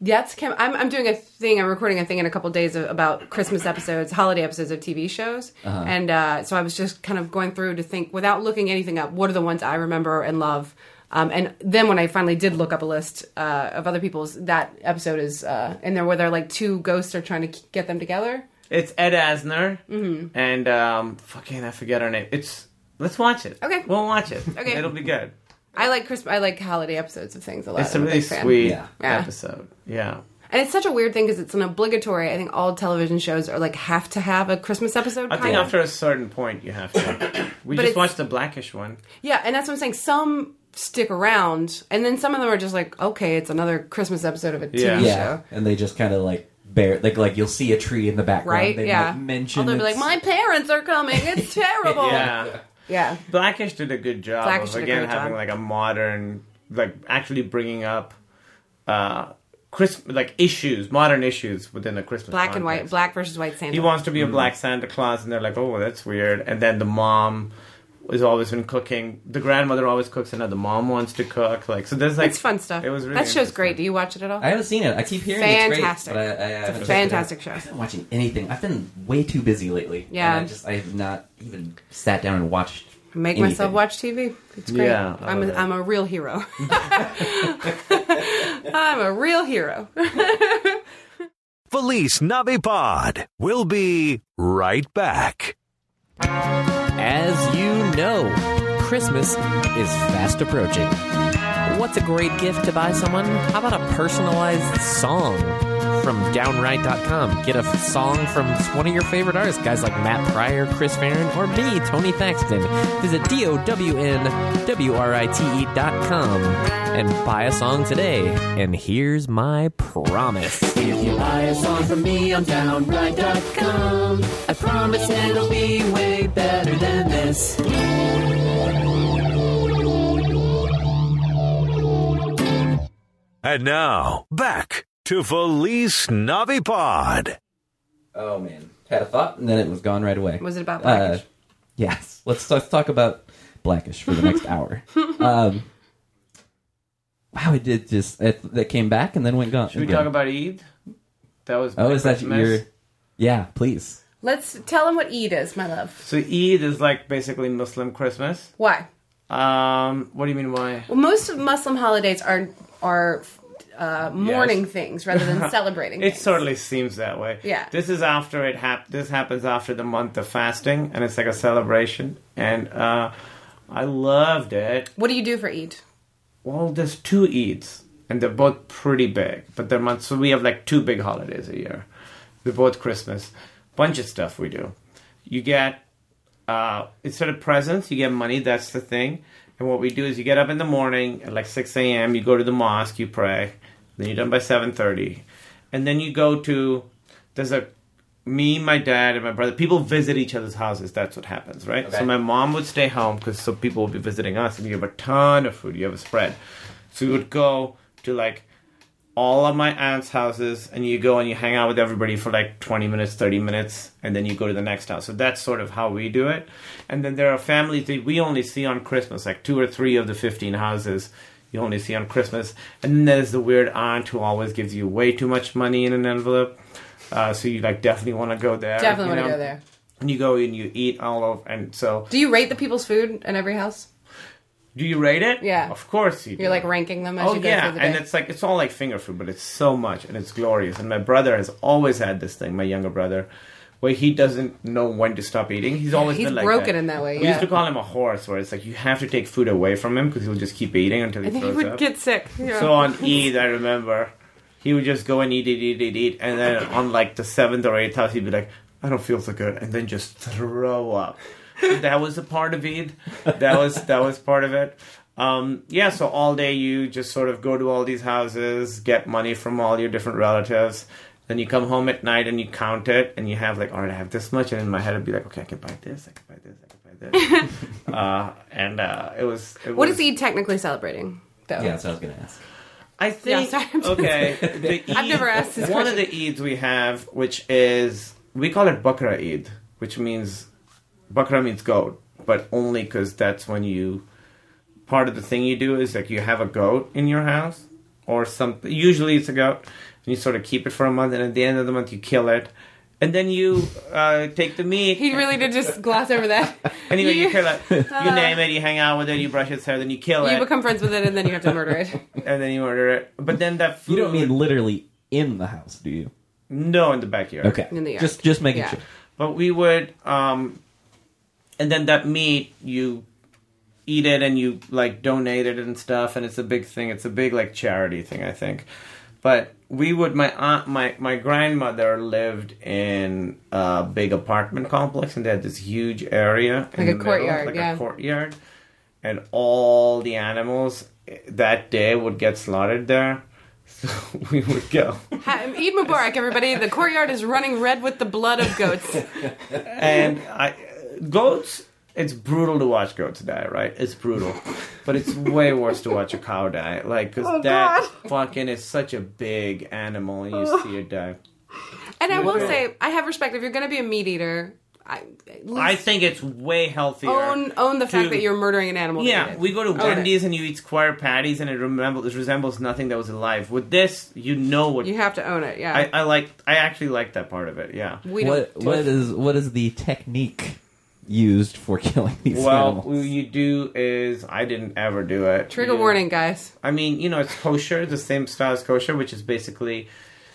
Speaker 4: that's Kim. I'm, I'm doing a thing. I'm recording a thing in a couple days of, about Christmas episodes, holiday episodes of TV shows,
Speaker 5: Uh-huh.
Speaker 4: and uh, so I was just kind of going through to think without looking anything up. What are the ones I remember and love? Um, and then when I finally did look up a list uh, of other people's, that episode is uh, in there where they're like two ghosts are trying to k- get them together.
Speaker 5: It's Ed Asner
Speaker 4: Mm-hmm.
Speaker 5: and um, fucking I forget her name. It's let's watch it.
Speaker 4: Okay.
Speaker 5: we'll watch it.
Speaker 4: Okay.
Speaker 5: it'll be good.
Speaker 4: I like Christmas. I like holiday episodes of things a lot.
Speaker 5: It's a
Speaker 4: I'm
Speaker 5: really
Speaker 4: big fan.
Speaker 5: sweet
Speaker 6: Yeah.
Speaker 4: Yeah.
Speaker 5: episode. Yeah.
Speaker 4: and it's such a weird thing because it's an obligatory. I think all television shows are like have to have a Christmas episode.
Speaker 5: I
Speaker 4: Kind
Speaker 5: think
Speaker 4: of.
Speaker 5: after a certain point you have to. We
Speaker 4: But
Speaker 5: just
Speaker 4: it's-
Speaker 5: watched the blackish one.
Speaker 4: yeah, and that's what I'm saying. Some stick around, and then some of them are just like, okay, it's another Christmas episode of a TV
Speaker 5: Yeah.
Speaker 4: show.
Speaker 6: Yeah, and they just kind of like bear like like you'll see a tree in the background.
Speaker 4: Right?
Speaker 6: They
Speaker 4: yeah.
Speaker 6: might mention
Speaker 4: Although they're like,
Speaker 6: it's-
Speaker 4: my parents are coming. It's terrible.
Speaker 5: Yeah.
Speaker 4: Yeah.
Speaker 5: Blackish did a good job
Speaker 4: Oh. Blackish
Speaker 5: of
Speaker 4: did a
Speaker 5: again
Speaker 4: great
Speaker 5: having
Speaker 4: job.
Speaker 5: like a modern, like actually bringing up, uh, Chris like issues, modern issues within the Christmas
Speaker 4: Black and white,
Speaker 5: context.
Speaker 4: black versus white Santa.
Speaker 5: he wants to be a
Speaker 6: Mm-hmm.
Speaker 5: black Santa Claus, and they're like, "Oh, that's weird." And then the mom has always been cooking. The grandmother always cooks, and now the mom wants to cook. Like, so there's like
Speaker 4: it's fun stuff.
Speaker 5: It was really
Speaker 4: that show's
Speaker 5: interesting.
Speaker 4: great. Do you watch it at all?
Speaker 6: I haven't seen it. I keep hearing
Speaker 4: Fantastic.
Speaker 6: it's great. But I, I, haven't checked it out.
Speaker 4: Fantastic show.
Speaker 6: I haven't been watching anything. I've been way too busy lately.
Speaker 4: Yeah.
Speaker 6: And I just I have not even sat down and watched.
Speaker 4: Make
Speaker 6: anything.
Speaker 4: myself watch TV. It's great.
Speaker 5: Yeah, I
Speaker 4: I'm,
Speaker 5: love
Speaker 4: a,
Speaker 5: it.
Speaker 4: I'm a real hero. I'm a real hero.
Speaker 1: Felice Navipod will be right back.
Speaker 3: As you know, Christmas is fast approaching. What's a great gift to buy someone? How about a personalized song from downright.com? Get a f- song from one of your favorite artists, guys like Matt Pryor, Chris Farron, or me, Tony Thaxton. Visit D-O-W-N-W-R-I-T-E.com E and buy a song today. And here's my promise.
Speaker 7: If you buy a song from me on downright.com, I promise it'll be way better than this.
Speaker 1: And now, back to Felice Navipod.
Speaker 6: Oh man, had a thought and then it was gone right away.
Speaker 4: Was it about Blackish?
Speaker 6: Uh, yes. Let's let's talk about Blackish for the next hour. Um, wow, it did just it, that came back and then went gone.
Speaker 5: Should we talk about Eve? That was
Speaker 6: Oh, is that
Speaker 5: Christmas.
Speaker 6: your? Yeah, please.
Speaker 4: Let's tell him what Eid is, my love.
Speaker 5: So Eid is like basically Muslim Christmas.
Speaker 4: Why?
Speaker 5: Um, what do you mean why?
Speaker 4: Well, most of Muslim holidays are are uh, mourning things rather than celebrating.
Speaker 5: It
Speaker 4: things.
Speaker 5: certainly seems that way.
Speaker 4: Yeah.
Speaker 5: This is after it hap- This happens after the month of fasting, and it's like a celebration. And uh, I loved it.
Speaker 4: What do you do for Eid?
Speaker 5: Well, there's two Eids, and they're both pretty big, but they're months. So we have like two big holidays a year. They're both Christmas. Bunch of stuff we do. You get uh, instead of presents, you get money. That's the thing. And what we do is you get up in the morning at like 6 a.m. You go to the mosque, you pray. Then you're done by 7:30, and then you go to there's a me, my dad, and my brother. People visit each other's houses. That's what happens, right? So my mom would stay home because some people would be visiting us, and you have a ton of food. You have a spread. So we would go to like all of my aunt's houses, and you go and you hang out with everybody for like 20 minutes, 30 minutes, and then you go to the next house. So that's sort of how we do it. And then there are families that we only see on Christmas, like two or three of the 15 houses you only see on Christmas. And then there's the weird aunt who always gives you way too much money in an envelope. Uh, so you like definitely want to go there.
Speaker 4: Definitely
Speaker 5: you
Speaker 4: want to
Speaker 5: know?
Speaker 4: go there.
Speaker 5: And you go and you eat all over, and so
Speaker 4: Do you rate the people's food in every house?
Speaker 5: do you rate it?
Speaker 4: Yeah.
Speaker 5: of course you. do.
Speaker 4: You're like ranking them as
Speaker 5: Oh
Speaker 4: you go
Speaker 5: yeah,
Speaker 4: through the day.
Speaker 5: and it's like it's all like finger food, but it's so much and it's glorious. And my brother has always had this thing, my younger brother, where he doesn't know when to stop eating. He's always
Speaker 4: he's
Speaker 5: been like
Speaker 4: broken
Speaker 5: that.
Speaker 4: in that way,
Speaker 5: We used
Speaker 4: yeah.
Speaker 5: to call him a horse, where it's like you have to take food away from him because he'll just keep eating until he
Speaker 4: and
Speaker 5: throws
Speaker 4: he would
Speaker 5: up.
Speaker 4: get sick. Yeah.
Speaker 5: So on Eid, I remember he would just go and eat, eat, eat, eat, eat, and then on like the seventh or eighth house, he'd be like, "I don't feel so good," and then just throw up. that was a part of Eid. That was that was part of it. Um, yeah, so all day you just sort of go to all these houses, get money from all your different relatives. Then you come home at night and you count it, and you have like, all right, I have this much, and in my head I'd be like, okay, I can buy this, I can buy this, I can buy this, uh, and uh, it was. It
Speaker 4: what
Speaker 5: was,
Speaker 4: is he technically celebrating? Though?
Speaker 6: Yeah, that's what I was gonna ask.
Speaker 5: I think
Speaker 4: sorry, I'm just-
Speaker 5: okay. the
Speaker 4: I've never asked this
Speaker 5: One of the Eids we have, which is we call it Bakra Eid, which means Bakra means goat, but only because that's when you part of the thing you do is like you have a goat in your house or something. Usually it's a goat, and you sort of keep it for a month, and at the end of the month you kill it, and then you uh, take the meat.
Speaker 4: He really did just gloss over that.
Speaker 5: Anyway, you
Speaker 4: you,
Speaker 5: kill it. You name it. You hang out with it. You brush its hair. Then you kill
Speaker 4: Uh. you
Speaker 5: it,
Speaker 4: become friends with it, and then you have to murder it.
Speaker 5: and then you order it. But then that food,
Speaker 6: You don't mean literally in the house, do you?
Speaker 5: no in the backyard.
Speaker 6: Okay.
Speaker 4: In the yard.
Speaker 6: just just making
Speaker 4: Yeah.
Speaker 6: sure.
Speaker 5: but we would um and then that meat you eat it and you like donate it and stuff and it's a big thing it's a big like charity thing i think but we would my aunt my my grandmother lived in a big apartment complex and they had this huge area
Speaker 4: Like a
Speaker 5: in the middle,
Speaker 4: courtyard,
Speaker 5: like
Speaker 4: yeah.
Speaker 5: a courtyard and all the animals eh, that day would get slaughtered there so we would go
Speaker 4: Ha- Eid Mubarak, everybody. The courtyard is running red with the blood of goats.
Speaker 5: and I, goats. It's brutal to watch goats die, right? It's brutal, but it's way worse to watch a cow die, like because
Speaker 4: Oh,
Speaker 5: that fucking is such a big animal, and you see it die.
Speaker 4: And I will say, I have respect. If you're going to be a meat eater, I, at least
Speaker 5: I think it's way healthier.
Speaker 4: own own the fact
Speaker 5: Dude.
Speaker 4: that you're murdering an animal. to eat
Speaker 5: yeah,
Speaker 4: it.
Speaker 5: we go to
Speaker 4: Own it.
Speaker 5: Wendy's and you eat square patties, and it resembles, it resembles nothing that was alive. With this, you know what
Speaker 4: You have to own it. Yeah.
Speaker 5: I, I like. I actually like that part of it. Yeah.
Speaker 4: we don't.
Speaker 6: What what is what is the technique used for killing these
Speaker 5: Well,
Speaker 6: animals?
Speaker 5: what you do is I didn't ever do it.
Speaker 4: Trigger
Speaker 5: You-
Speaker 4: warning, guys.
Speaker 5: I mean, you know, it's kosher, the same style as kosher, which is basically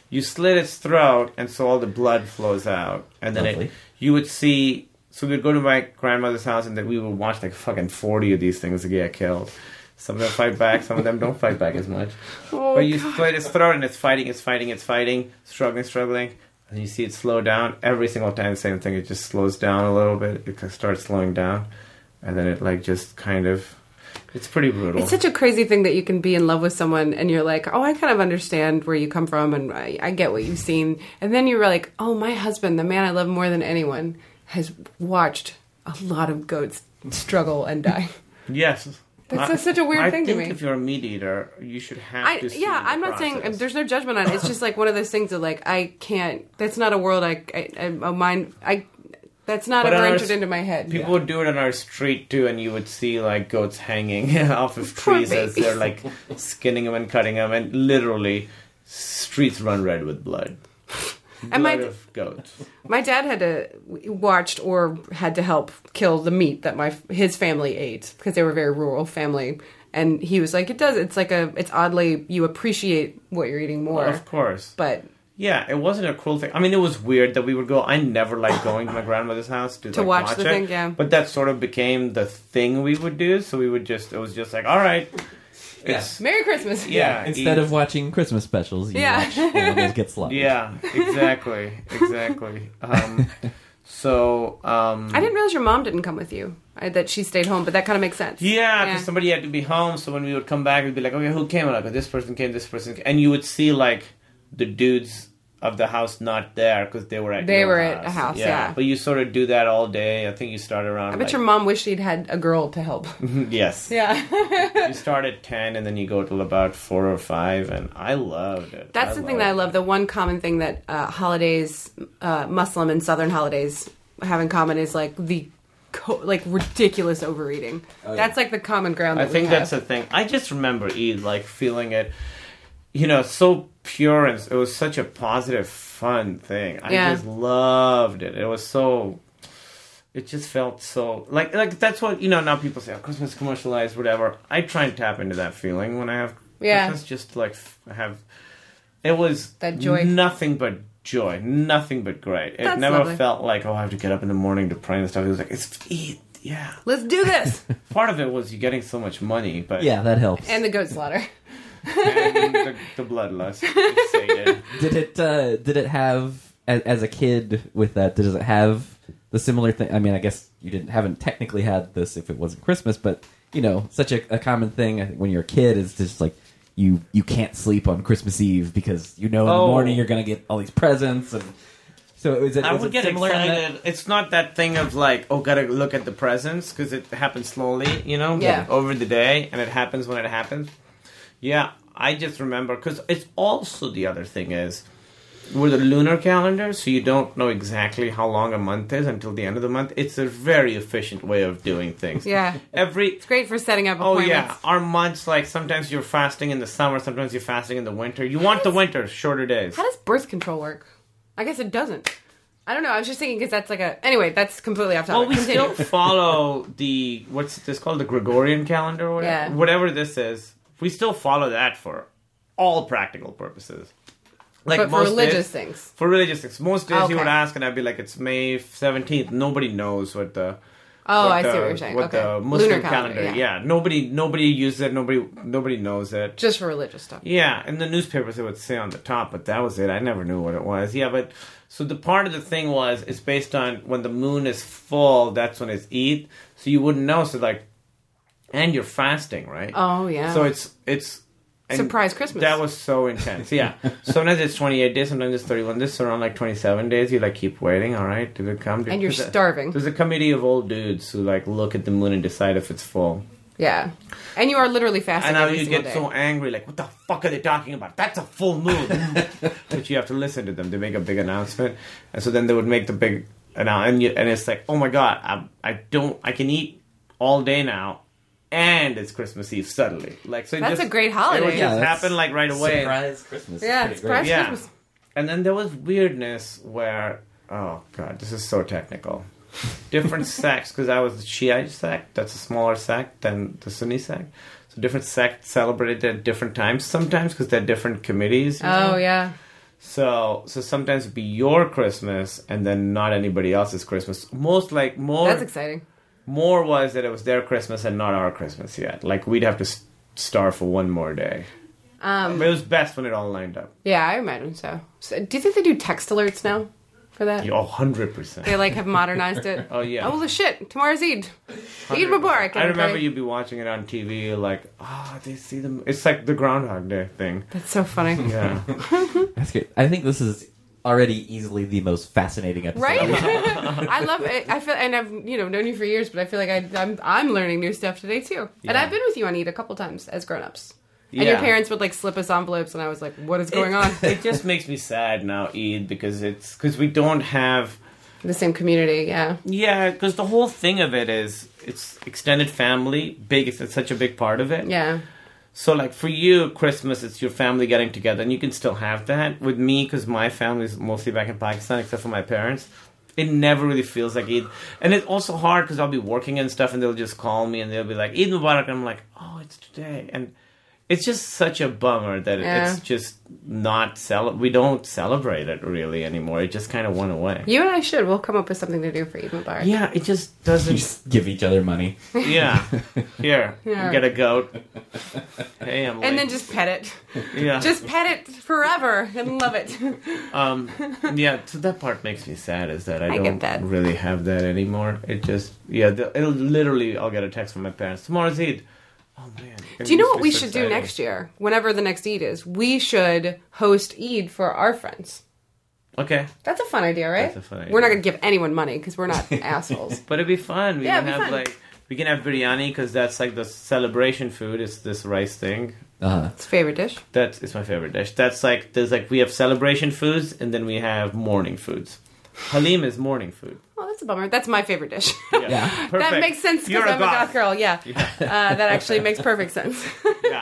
Speaker 5: you slit its throat, and so all the blood flows out, and then it,
Speaker 6: Lovely.
Speaker 5: you would see. So we'd go to my grandmother's house, and then we would watch like fucking forty of these things get killed. Some of them fight back, some of them don't fight back as much. but you slit its throat, and it's fighting, it's fighting, it's fighting, struggling, struggling. And you see it slow down every single time. Same thing. It just slows down a little bit. It starts slowing down, and then it like just kind of. It's pretty brutal.
Speaker 4: It's such a crazy thing that you can be in love with someone and you're like, oh, I kind of understand where you come from and I, I get what you've seen. And then you're like, oh, my husband, the man I love more than anyone, has watched a lot of goats struggle and die.
Speaker 5: Yes.
Speaker 4: That's just such a weird
Speaker 5: I
Speaker 4: thing to
Speaker 5: think
Speaker 4: me.
Speaker 5: If you're a meat eater, you should have
Speaker 4: I,
Speaker 5: to. See
Speaker 4: yeah,
Speaker 5: the
Speaker 4: I'm not saying
Speaker 5: process.
Speaker 4: there's no judgment on it. It's just like one of those things that like I can't. That's not a world I, I, I a mind I. That's not
Speaker 5: But
Speaker 4: ever
Speaker 5: on our
Speaker 4: entered
Speaker 5: s-
Speaker 4: into my head.
Speaker 5: People would do it on our street too, and you would see like goats hanging off of
Speaker 4: Poor
Speaker 5: trees as they're like
Speaker 4: babies.
Speaker 5: skinning them and cutting them, and literally streets run red with blood.
Speaker 4: And my-
Speaker 5: Blood of goats.
Speaker 4: My dad had to watched or had to help kill the meat that my his family ate because they were a very rural family, and he was like, "It does. It's like a. It's oddly you appreciate what you're eating more,
Speaker 5: Of course.
Speaker 4: but
Speaker 5: Yeah, it wasn't a cruel thing. I mean, it was weird that we would go. I never liked going to my grandmother's house to,
Speaker 4: To
Speaker 5: like,
Speaker 4: watch the
Speaker 5: it,
Speaker 4: thing, yeah.
Speaker 5: But that sort of became the thing we would do. So we would just, it was just like, all right, It's
Speaker 4: Merry Christmas.
Speaker 5: yeah. e
Speaker 6: Instead
Speaker 5: it-
Speaker 6: of watching Christmas specials, you
Speaker 4: Yeah.
Speaker 6: watch animals get slaughtered.
Speaker 5: yeah, exactly, exactly. Um, so um,
Speaker 4: I didn't realize your mom didn't come with you. I, that she stayed home, but that kind of makes sense.
Speaker 5: Yeah, because
Speaker 4: Yeah.
Speaker 5: somebody had to be home. So when we would come back, we'd be like, okay, who came? And Like, "Oh, this person came, this person came. And you would see, like, the dudes of the house not there because they were at
Speaker 4: They
Speaker 5: your
Speaker 4: were at a house, yeah.
Speaker 5: But you sort of do that all day. I think you start around.
Speaker 4: I bet your mom wished she'd had a girl to help.
Speaker 5: Yes.
Speaker 4: yeah.
Speaker 5: you start at 10 and then you go till about 4 or 5. And I loved it.
Speaker 4: That's the thing
Speaker 5: loved
Speaker 4: that I
Speaker 5: it.
Speaker 4: love. The one common thing that uh, holidays, uh, Muslim and Southern holidays have in common is like the co- like ridiculous overeating. That's like the common ground.
Speaker 5: I
Speaker 4: That
Speaker 5: think
Speaker 4: we
Speaker 5: that's
Speaker 4: have.
Speaker 5: the thing. I just remember Eid, like feeling it, you know, so pure and it was such a positive, fun thing. I
Speaker 4: Yeah.
Speaker 5: just loved it. It was so. It just felt so like like that's what you know. Now people say, "Oh, Christmas commercialized, whatever." I try and tap into that feeling when I have
Speaker 4: Yeah.
Speaker 5: Christmas, just like f- have. It was
Speaker 4: That joy.
Speaker 5: nothing but joy, nothing but great. It
Speaker 4: That's
Speaker 5: never
Speaker 4: lovely.
Speaker 5: felt like, oh, I have to get up in the morning to pray and stuff. It was like it's Eid, yeah.
Speaker 4: Let's do this.
Speaker 5: Part of it was you getting so much money, but
Speaker 6: Yeah, that helps.
Speaker 4: and the goat slaughter.
Speaker 5: and the, the bloodlust. it's sated.
Speaker 6: did it uh, did it have as, as a kid with that does it have the similar thing i mean i guess you didn't haven't technically had this if it wasn't christmas but you know such a, a common thing I think, when you're a kid is just like you you can't sleep on christmas eve because you know in
Speaker 5: Oh.
Speaker 6: the morning you're gonna get all these presents and so is it,
Speaker 5: I
Speaker 6: was
Speaker 5: would
Speaker 6: it
Speaker 5: get
Speaker 6: similar in that?
Speaker 5: excited. It's not that thing of like, oh, gotta look at the presents because it happens slowly, you know,
Speaker 4: Yeah.
Speaker 5: over the day, and it happens when it happens. Yeah, I just remember because it's also the other thing is with a lunar calendar, so you don't know exactly how long a month is until the end of the month. It's a very efficient way of doing things.
Speaker 4: Yeah.
Speaker 5: Every
Speaker 4: It's great for setting up
Speaker 5: Oh
Speaker 4: appointments.
Speaker 5: yeah, our months like sometimes you're fasting in the summer, sometimes you're fasting in the winter. You want the winter, shorter days.
Speaker 4: How does birth control work? I guess it doesn't. I don't know. I was just thinking because that's like a anyway. That's completely off topic.
Speaker 5: Well, we
Speaker 4: Continue.
Speaker 5: still follow the what's this called the Gregorian calendar, or whatever,
Speaker 4: Yeah.
Speaker 5: whatever this is. We still follow that for all practical purposes. Like
Speaker 4: but for religious
Speaker 5: days,
Speaker 4: things.
Speaker 5: for religious things, most days you would
Speaker 4: Okay.
Speaker 5: ask, and I'd be like, "It's May seventeenth. Nobody knows what the."
Speaker 4: Oh,
Speaker 5: what
Speaker 4: I see
Speaker 5: the-
Speaker 4: what you're saying.
Speaker 5: What
Speaker 4: okay.
Speaker 5: the Muslim
Speaker 4: Lunar
Speaker 5: calendar? yeah, nobody, nobody uses it. Nobody, nobody knows it.
Speaker 4: Just for religious stuff.
Speaker 5: Yeah, in the newspapers it would say on the top, but that was it. I never knew what it was. Yeah, but so the part of the thing was it's based on when the moon is full, that's when it's eat. So you wouldn't know. So like, and you're fasting, right?
Speaker 4: Oh yeah.
Speaker 5: So it's it's and
Speaker 4: Surprise Christmas.
Speaker 5: That was so intense. Yeah. sometimes it's 28 days. Sometimes it's 31. This is around like 27 days. You like keep waiting. All right, did it come? Did-
Speaker 4: And you're
Speaker 5: there's a-
Speaker 4: starving.
Speaker 5: There's a committee of old dudes who like look at the moon and decide if it's full.
Speaker 4: yeah. And you are literally fasting.
Speaker 5: And now
Speaker 4: every
Speaker 5: you
Speaker 4: single
Speaker 5: get
Speaker 4: day.
Speaker 5: so angry, like, what the fuck are they talking about? That's a full moon. but you have to listen to them. They make a big announcement, and so then they would make the big announcement, and, you, and it's like, oh my god, I, I don't, I can eat all day now, and it's Christmas Eve suddenly. Like, so it
Speaker 4: That's
Speaker 5: just-
Speaker 4: a great holiday.
Speaker 5: It would
Speaker 6: Yeah,
Speaker 5: just
Speaker 6: that's
Speaker 5: happen like right away.
Speaker 6: surprise christmas is
Speaker 4: Yeah,
Speaker 6: pretty
Speaker 4: it's
Speaker 6: great.
Speaker 4: surprise
Speaker 5: Yeah.
Speaker 4: Christmas.
Speaker 5: And then there was weirdness where, oh god, this is so technical. Different sects, because I was the Shiite sect, that's a smaller sect than the Sunni sect. So different sects celebrated at different times sometimes because they're different committees. you know?
Speaker 4: Oh yeah.
Speaker 5: So so sometimes it'd be your Christmas and then not anybody else's Christmas. Most like more
Speaker 4: That's exciting.
Speaker 5: more was that it was their Christmas and not our Christmas yet. Like we'd have to s- starve for one more day. Um, but it was best when it all lined up.
Speaker 4: Yeah, I imagine so. so. Do you think they do text alerts now for that?
Speaker 5: Oh, 100%.
Speaker 4: They like have modernized it.
Speaker 5: Oh, yeah.
Speaker 4: Oh well, shit! Tomorrow's Eid. Eid Mubarak.
Speaker 5: I remember
Speaker 4: everybody.
Speaker 5: you'd be watching it on TV, like, ah, they see them. It's like the Groundhog Day thing.
Speaker 4: That's so funny.
Speaker 5: Yeah.
Speaker 6: That's good. i think this is already easily the most fascinating episode
Speaker 4: Right? I love it. I feel, and I've you know known you for years, but I feel like I, I'm I'm learning new stuff today too. And
Speaker 5: Yeah.
Speaker 4: I've been with you on Eid a couple times as grown-ups. And your
Speaker 5: Yeah.
Speaker 4: parents would like slip us envelopes, and I was like, "What is going on?"
Speaker 5: it just makes me sad now, Eid, because it's because we don't have.
Speaker 4: the same community, yeah.
Speaker 5: Yeah, because the whole thing of it is it's extended family, big. It's such a big part of it.
Speaker 4: Yeah.
Speaker 5: So, like for you, Christmas, it's your family getting together, and you can still have that. With me, because my family is mostly back in Pakistan, except for my parents, it never really feels like Eid. And it's also hard because I'll be working and stuff, and they'll just call me and they'll be like, Eid Mubarak. And I'm like, oh, it's today. And It's just such a bummer that
Speaker 4: Yeah.
Speaker 5: it's just not cel. We don't celebrate it really anymore. It just kind of went away.
Speaker 4: You and I should. We'll come up with something to do for Eden Bar.
Speaker 5: Yeah, it just doesn't.
Speaker 6: Just give each other money.
Speaker 5: yeah, here,
Speaker 4: Yeah.
Speaker 5: get a goat. Hey, I'm.
Speaker 4: And
Speaker 5: late.
Speaker 4: then just pet it.
Speaker 5: yeah,
Speaker 4: Just pet it forever and love it.
Speaker 5: um, yeah. So that part makes me sad is that I,
Speaker 4: I get
Speaker 5: don't
Speaker 4: that.
Speaker 5: really have that anymore. It just yeah. The, it'll literally I'll get a text from my parents tomorrow's Eid. Oh man.
Speaker 4: Do you know what we should do next year? Whenever the next Eid is, we should host Eid for our friends.
Speaker 5: Okay,
Speaker 4: That's a fun idea, right?
Speaker 5: That's a fun
Speaker 4: We're not
Speaker 5: idea.
Speaker 4: going to give anyone money because we're not assholes.
Speaker 5: but it'd be fun. We
Speaker 4: Yeah,
Speaker 5: can
Speaker 4: it'd be
Speaker 5: have
Speaker 4: fun.
Speaker 5: like we can have biryani because that's like the celebration food. It's this rice thing.
Speaker 6: Uh,
Speaker 4: It's favorite dish.
Speaker 5: That's it's my favorite dish. That's like there's like we have celebration foods and then we have morning foods. Halim is morning food.
Speaker 4: Oh, that's a bummer. That's my favorite dish.
Speaker 6: Yeah.
Speaker 5: Perfect.
Speaker 4: That makes sense because
Speaker 5: You're a
Speaker 4: I'm a goth
Speaker 5: goth.
Speaker 4: girl. Yeah, Uh, that actually makes perfect sense.
Speaker 5: Yeah.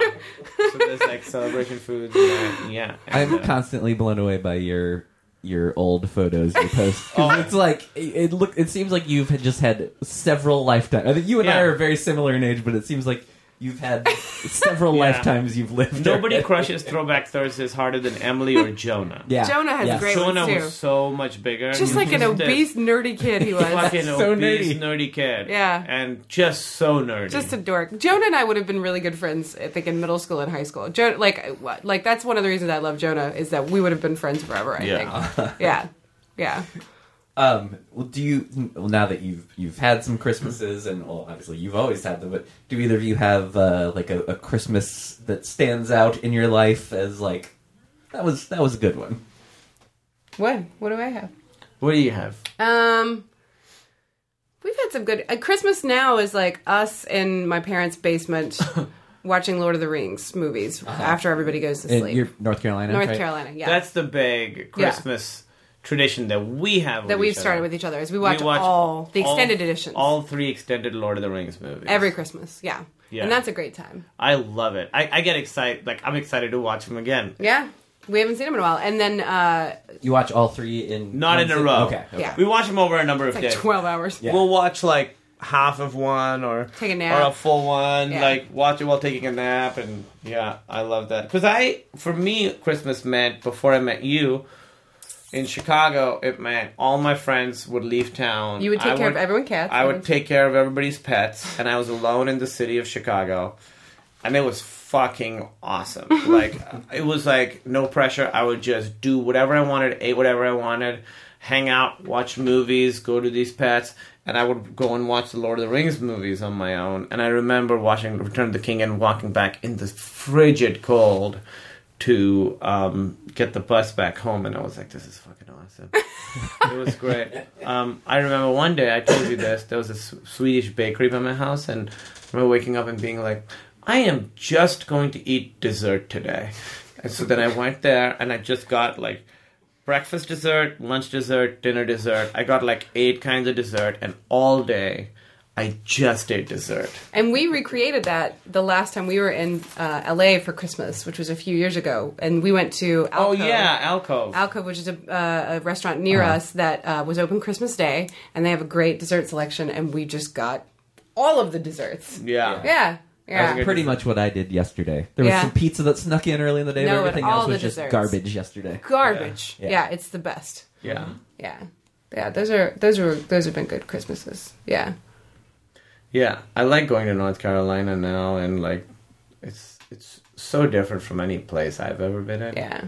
Speaker 5: So there's like celebration foods. And, uh, yeah.
Speaker 6: I'm
Speaker 5: And, uh,
Speaker 6: constantly blown away by your your old photos you post.
Speaker 5: Oh.
Speaker 6: 'Cause It's like it it look. It seems like you've had just had several lifetimes. I think you and I
Speaker 5: Yeah.
Speaker 6: are very similar in age, but it seems like you've had several
Speaker 5: Yeah.
Speaker 6: lifetimes you've lived.
Speaker 5: nobody
Speaker 6: already.
Speaker 5: crushes Throwback Thursdays harder than Emily or Jonah.
Speaker 6: Yeah,
Speaker 4: Jonah has
Speaker 6: yeah.
Speaker 4: great
Speaker 5: Jonah
Speaker 4: ones too.
Speaker 5: was so much bigger.
Speaker 4: Just like an
Speaker 5: Just this
Speaker 4: obese, nerdy kid he was.
Speaker 5: Fucking
Speaker 6: So
Speaker 5: obese,
Speaker 6: nerdy.
Speaker 5: nerdy. kid.
Speaker 4: Yeah.
Speaker 5: And just so nerdy.
Speaker 4: Just a dork. Jonah and I would have been really good friends, I think, in middle school and high school. Jonah, like, what- like that's one of the reasons I love Jonah is that we would have been friends forever. I
Speaker 5: Yeah.
Speaker 4: think. Yeah, yeah.
Speaker 6: Um, well, do you well, now that you've you've had some Christmases and well, obviously you've always had them, but do either of you have uh, like a, a Christmas that stands out in your life as like that was that was a good one?
Speaker 4: What? What do I have?
Speaker 5: what do you have?
Speaker 4: Um, we've had some good. Uh, Christmas now is like us in my parents' basement watching Lord of the Rings movies
Speaker 5: Uh-huh.
Speaker 4: after everybody goes to
Speaker 6: In
Speaker 4: sleep.
Speaker 6: your North Carolina,
Speaker 4: North
Speaker 6: right?
Speaker 4: Carolina, yeah.
Speaker 5: That's the big Christmas tradition that we have.
Speaker 4: that
Speaker 5: with
Speaker 4: we've
Speaker 5: each other.
Speaker 4: started with each other is we watch,
Speaker 5: We watch
Speaker 4: all the extended
Speaker 5: all-
Speaker 4: editions
Speaker 5: All three extended Lord of the Rings movies.
Speaker 4: every Christmas. Yeah.
Speaker 5: Yeah.
Speaker 4: and that's a great time.
Speaker 5: I love it. I, I get excited. Like I'm excited to watch them again.
Speaker 4: Yeah, we haven't seen them in a while, and then uh,
Speaker 6: You watch all three in
Speaker 5: Not in a row.
Speaker 6: Okay, okay.
Speaker 4: Yeah.
Speaker 5: We watch them over a number of
Speaker 4: like
Speaker 5: days.
Speaker 4: twelve hours.
Speaker 6: Yeah.
Speaker 5: We'll watch like half of one or
Speaker 4: Take a nap.
Speaker 5: or a full one.
Speaker 4: Yeah.
Speaker 5: Like watch it while taking a nap, and yeah, I love that. Because I, for me, Christmas meant before I met you. In Chicago, it meant all my friends would leave town.
Speaker 4: You would take
Speaker 5: I
Speaker 4: care of everyone's cats.
Speaker 5: I would take care of everybody's pets, and I was alone in the city of Chicago, and it was fucking awesome. Like it was like no pressure. I would just do whatever I wanted, ate whatever I wanted, hang out, watch movies, go to these pets, and I would go and watch the Lord of the Rings movies on my own. And I remember watching Return of the King and walking back in the frigid cold to um, get the bus back home, and I was like, "This is fucking awesome." it was great. Um, I remember one day I told you this. There was a S- Swedish bakery by my house, and I remember waking up and being like, "I am just going to eat dessert today." And so then I went there, and I just got like breakfast dessert, lunch dessert, dinner dessert. I got like eight kinds of dessert, and all day I just ate dessert.
Speaker 4: And we recreated that the last time we were in uh, LA for Christmas, which was a few years ago, and we went to Alco.
Speaker 5: Oh yeah, Uh-huh. alcove.
Speaker 4: Alcove, which is a, uh, a restaurant near us that uh, was open Christmas Day, and they have a great dessert selection, and we just got all of the desserts.
Speaker 5: yeah.
Speaker 4: Yeah, yeah.
Speaker 5: good-
Speaker 6: Pretty much what I did yesterday. There was
Speaker 4: Yeah.
Speaker 6: some pizza that snuck in early in the day,
Speaker 4: No,
Speaker 6: but
Speaker 4: and
Speaker 6: everything
Speaker 4: all
Speaker 6: else
Speaker 4: the
Speaker 6: was just
Speaker 4: desserts.
Speaker 6: garbage yesterday.
Speaker 4: Garbage. Yeah.
Speaker 6: Yeah.
Speaker 4: it's the best.
Speaker 5: yeah.
Speaker 4: Yeah, yeah. Those are those are those have been good Christmases. Yeah,
Speaker 5: Yeah, I like going to North Carolina now, and like, it's it's so different from any place I've ever been in.
Speaker 4: yeah,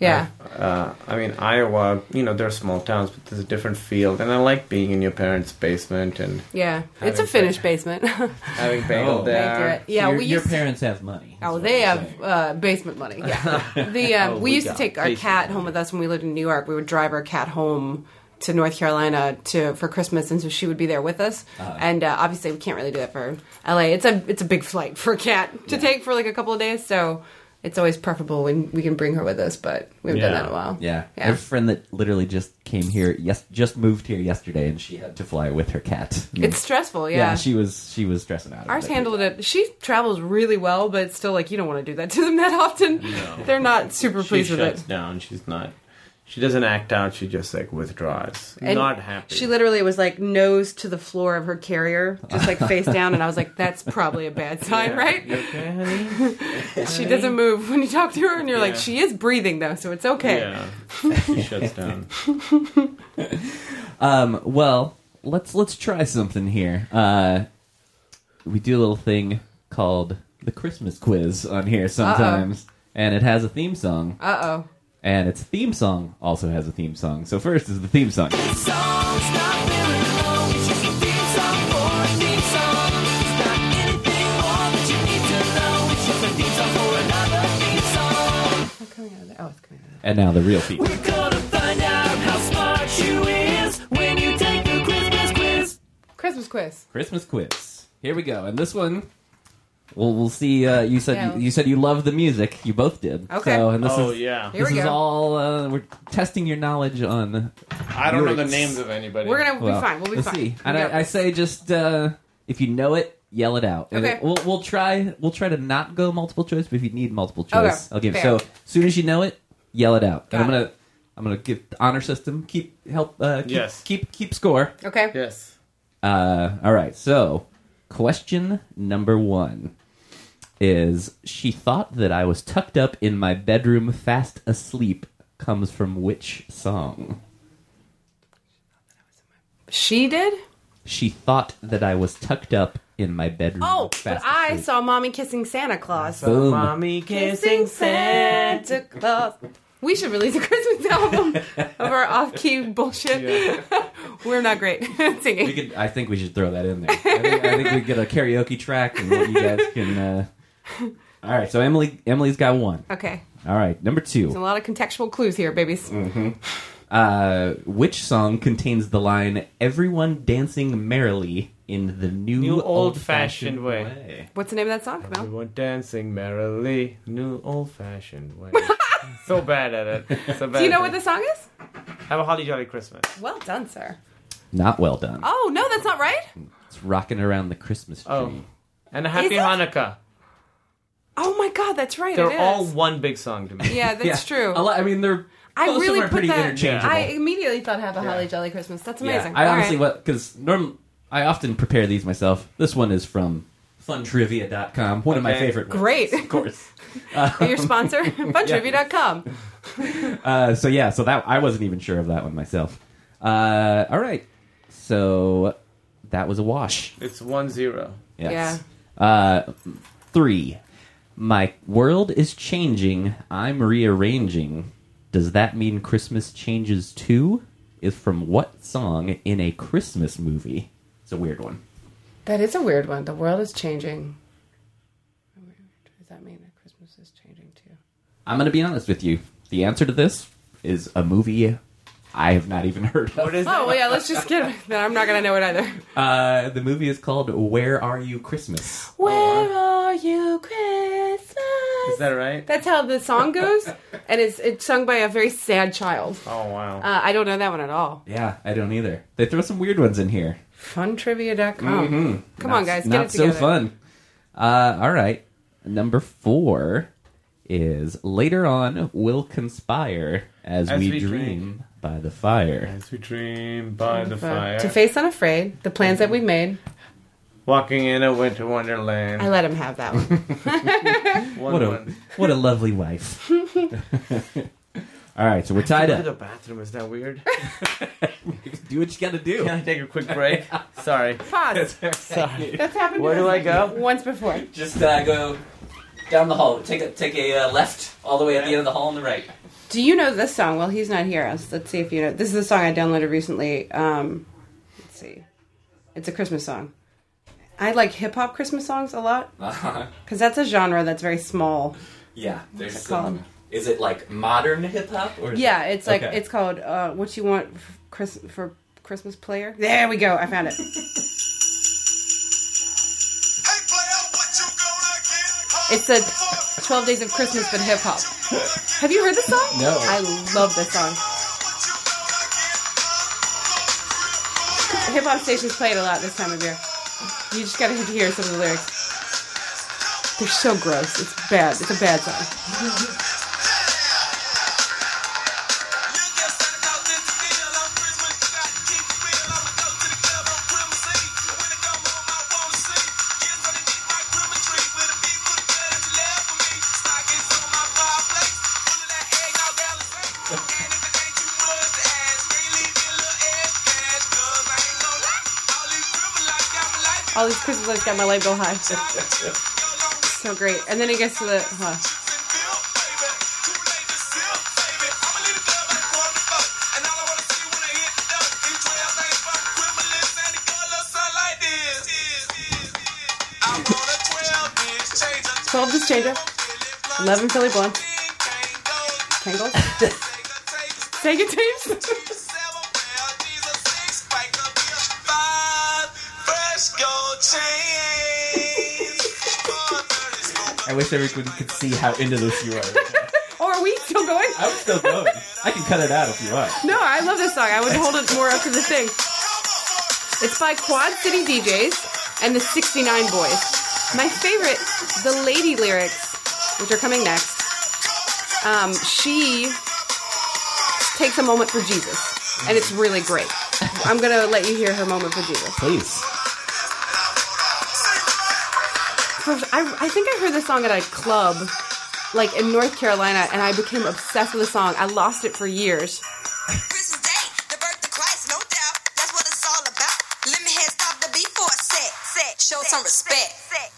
Speaker 4: yeah.
Speaker 5: Uh, I mean, Iowa, you know, there are small towns, but there's a different field, and I like being in your parents' basement and
Speaker 4: Yeah, it's a
Speaker 5: Having
Speaker 4: finished basement.
Speaker 5: having bagel
Speaker 6: Oh.
Speaker 4: They
Speaker 5: there.
Speaker 4: do it. Yeah,
Speaker 6: your,
Speaker 4: we
Speaker 6: your
Speaker 4: used to-
Speaker 6: parents have money.
Speaker 4: Oh,
Speaker 6: is what
Speaker 4: they
Speaker 6: I'm
Speaker 4: have
Speaker 6: saying.
Speaker 4: uh, basement money. Yeah, the um,
Speaker 6: Oh,
Speaker 4: we
Speaker 6: we
Speaker 4: used to
Speaker 6: got
Speaker 4: take our
Speaker 5: basement
Speaker 4: cat home with us when we lived in New York. We would drive our cat home to North Carolina to for Christmas, and so she would be there with us.
Speaker 6: Uh-huh.
Speaker 4: And uh, obviously, we can't really do that for LA. It's a it's a big flight for a cat to take for like a couple of days. So it's always preferable when we can bring her with us. But we haven't done
Speaker 5: Yeah.
Speaker 4: that in a while.
Speaker 6: Yeah. I
Speaker 4: yeah.
Speaker 6: have a friend that literally just came here, yes, just moved here yesterday, and she had to fly with her cat.
Speaker 4: it's stressful.
Speaker 6: yeah,
Speaker 4: Yeah.
Speaker 6: she was she was stressing out.
Speaker 4: Ours handled it. She travels really well, but it's still like you don't want to do that to them that often. They're not super
Speaker 5: She
Speaker 4: pleased with
Speaker 5: shuts
Speaker 4: it.
Speaker 5: down. She's not. She doesn't act out. She just like withdraws.
Speaker 4: And
Speaker 5: Not happy.
Speaker 4: She literally was like nose to the floor of her carrier, just like face down, and I was like, "That's probably a bad sign, right?"
Speaker 5: You okay, honey?
Speaker 4: She doesn't move when you talk to her, and you're like,
Speaker 5: Yeah.
Speaker 4: "She is breathing though, so it's okay."
Speaker 5: Yeah. She shuts down.
Speaker 6: Um, well, let's let's try something here. Uh, we do a little thing called the Christmas quiz on here sometimes, and it has a theme song.
Speaker 4: Uh oh.
Speaker 6: and its theme song also has a theme song. So first is the theme song.
Speaker 4: Coming out of there. Oh, it's coming out. Of
Speaker 6: And now the real theme.
Speaker 4: there. Christmas quiz.
Speaker 6: Christmas quiz. Here we go. And this one, well, we'll see. Uh, you said
Speaker 4: Yeah.
Speaker 6: you said you love the music. You both did.
Speaker 4: Okay.
Speaker 6: So, and this
Speaker 5: Oh
Speaker 6: is
Speaker 5: yeah.
Speaker 4: Here
Speaker 6: this
Speaker 4: we
Speaker 6: is
Speaker 4: go.
Speaker 6: all uh, we're testing your knowledge on.
Speaker 5: I don't know the
Speaker 6: Yikes.
Speaker 5: names of anybody.
Speaker 4: We're gonna
Speaker 6: well,
Speaker 4: be fine. We'll be
Speaker 6: let's
Speaker 4: fine.
Speaker 6: see.
Speaker 4: We
Speaker 6: And
Speaker 4: got
Speaker 6: I, I
Speaker 4: this.
Speaker 6: say just uh, if you know it, yell it out. And
Speaker 4: Okay.
Speaker 6: it- we'll we'll try we'll try to not go multiple choice, but if you need multiple choice,
Speaker 4: Okay.
Speaker 6: I'll give. it. So
Speaker 4: Fair.
Speaker 6: as soon as you know it, yell it out.
Speaker 4: Got
Speaker 6: and I'm
Speaker 4: it.
Speaker 6: gonna I'm gonna give honor system keep help. Uh, keep,
Speaker 5: Yes.
Speaker 6: Keep keep score.
Speaker 4: okay.
Speaker 5: Yes.
Speaker 6: Uh, all right. So, question number one is: She thought that I was tucked up in my bedroom, fast asleep. Comes from which song?
Speaker 4: She did.
Speaker 6: She thought that I was tucked up in my bedroom.
Speaker 4: Oh, but
Speaker 6: fast
Speaker 4: I
Speaker 6: asleep.
Speaker 4: saw mommy kissing Santa Claus.
Speaker 6: Boom.
Speaker 5: Mommy
Speaker 4: Kissing
Speaker 5: kissing Santa.
Speaker 4: Santa Claus. We should release a Christmas album of our off-key bullshit. We're not great at singing.
Speaker 6: We could, I think we should throw that in there. I think, I think we get a karaoke track, and you guys can. Uh... All right, so Emily, Emily's got one.
Speaker 4: okay.
Speaker 6: All right, number
Speaker 4: A
Speaker 6: two.
Speaker 4: lot of contextual clues here, babies.
Speaker 6: Mm. Uh, which song contains the line "Everyone dancing merrily in the new,
Speaker 5: New
Speaker 6: old-fashioned
Speaker 5: old-fashioned way."
Speaker 4: What's the name of that song, Mel?
Speaker 5: We went dancing merrily, new old-fashioned way. so bad at it. So bad
Speaker 4: Do you know
Speaker 5: at
Speaker 4: what
Speaker 5: it.
Speaker 4: the song is?
Speaker 5: Have a holly jolly Christmas.
Speaker 4: Well done, sir.
Speaker 6: Not well done.
Speaker 4: Oh no, that's not right.
Speaker 6: It's rocking around the Christmas tree.
Speaker 5: Oh, and a happy
Speaker 4: it?
Speaker 5: Hanukkah.
Speaker 4: Oh my God, that's right. it
Speaker 5: They're
Speaker 4: is.
Speaker 5: all one big song to me.
Speaker 4: Yeah, that's
Speaker 6: Yeah,
Speaker 4: true.
Speaker 6: A lot, I mean, they're
Speaker 4: I
Speaker 6: most
Speaker 4: really
Speaker 6: of them are
Speaker 4: put
Speaker 6: pretty
Speaker 4: that.
Speaker 6: interchangeable.
Speaker 4: I immediately thought "Have a Holly Jolly Christmas." That's amazing.
Speaker 6: Yeah, I
Speaker 4: All
Speaker 6: honestly
Speaker 4: right.
Speaker 6: what because norm I often prepare these myself. This one is from funtrivia.com, one of my
Speaker 5: Okay.
Speaker 6: favorite. ones,
Speaker 4: Great.
Speaker 6: of course.
Speaker 4: Be your sponsor, bunchmovie.com.
Speaker 6: Uh, so yeah, so that I wasn't even sure of that one myself. Uh, all right, so that was a wash.
Speaker 5: It's one zero.
Speaker 6: Yes. Uh, three. My world is changing. I'm rearranging. Does that mean Christmas changes too? Is from what song in a Christmas movie? It's a weird one.
Speaker 4: That is a weird one. The world is changing. What does that mean? That Christmas is changing too.
Speaker 6: I'm going to be honest with you. The answer to this is a movie I have not even heard of.
Speaker 5: What is
Speaker 4: Oh well, yeah. Let's just get. Then I'm not gonna know it either.
Speaker 6: Uh, the movie is called Where Are You Christmas?
Speaker 4: Where are you, Christmas?
Speaker 5: Is that right?
Speaker 4: That's how the song goes, and it's it's sung by a very sad child.
Speaker 5: Oh wow.
Speaker 4: Uh, I don't know that one at all.
Speaker 6: Yeah, I don't either. They throw some weird ones in here.
Speaker 4: Funtrivia.com. Come on, guys, get
Speaker 6: Not
Speaker 4: it together.
Speaker 6: so fun. Uh, all right. Number four is Later On We'll Conspire As,
Speaker 5: As
Speaker 6: we,
Speaker 5: we
Speaker 6: dream,
Speaker 5: dream.
Speaker 6: by the Fire.
Speaker 5: As we dream by the
Speaker 4: But
Speaker 5: fire,
Speaker 4: To face unafraid, the plans that we've made,
Speaker 5: walking in a winter wonderland.
Speaker 4: I let him have that one.
Speaker 5: one,
Speaker 6: What a,
Speaker 5: one.
Speaker 6: what a lovely wife. all right, so we're tied
Speaker 5: Go to the
Speaker 6: up.
Speaker 5: bathroom. Is that weird?
Speaker 6: Do what you got to do.
Speaker 5: Can I take a quick break? Sorry.
Speaker 4: Pause.
Speaker 5: Sorry.
Speaker 4: That's happened.
Speaker 5: Where
Speaker 4: to
Speaker 5: do
Speaker 4: us
Speaker 5: I go?
Speaker 4: Once before.
Speaker 6: Just uh, go down the hall. Take a take a uh, left all the way at the end of the hall on the right.
Speaker 4: Do you know this song? Well, he's not here. Let's, let's see if you know. This is a song I downloaded recently. Um, let's see. It's a Christmas song. I like hip hop Christmas songs a lot because that's a genre that's very small.
Speaker 6: Yeah, there's
Speaker 4: What's it called?
Speaker 6: some. Is it like modern hip hop or? is
Speaker 4: Yeah,
Speaker 6: it-
Speaker 4: it's like
Speaker 6: okay.
Speaker 4: it's called uh, "What You Want for Chris- for Christmas Player." There we go. I found it. It's a Twelve Days of Christmas, but hip hop. Have you heard this song?
Speaker 6: No.
Speaker 4: I love this song. Hip hop stations play it a lot this time of year. You just gotta hear some of the lyrics. They're so gross. It's bad. It's a bad song.
Speaker 8: Look
Speaker 4: All these Christmas lights got my light go high. so great. And then he gets to the. Huh. Twelve this changer. Eleven Philly blunt. Tangled. Sega tapes.
Speaker 6: I wish everyone could see how into this you are.
Speaker 4: Or are we still going?
Speaker 6: I'm still going. I can cut it out if you want.
Speaker 4: No, I love this song. I would hold it more up to the thing. It's by Quad City DJs and the 69 Boys. My favorite, the lady lyrics, which are coming next. Um, she takes a moment for Jesus, and it's really great. I'm gonna let you hear her moment for Jesus.
Speaker 6: Please.
Speaker 4: First, I, I think I heard this song at a club, like in North Carolina, and I became obsessed with the song. I lost it for years.
Speaker 8: Christmas Day, the birth of Christ, no doubt. That's what it's all about. Let me head stop the beat for a sec, sec. Show some respect.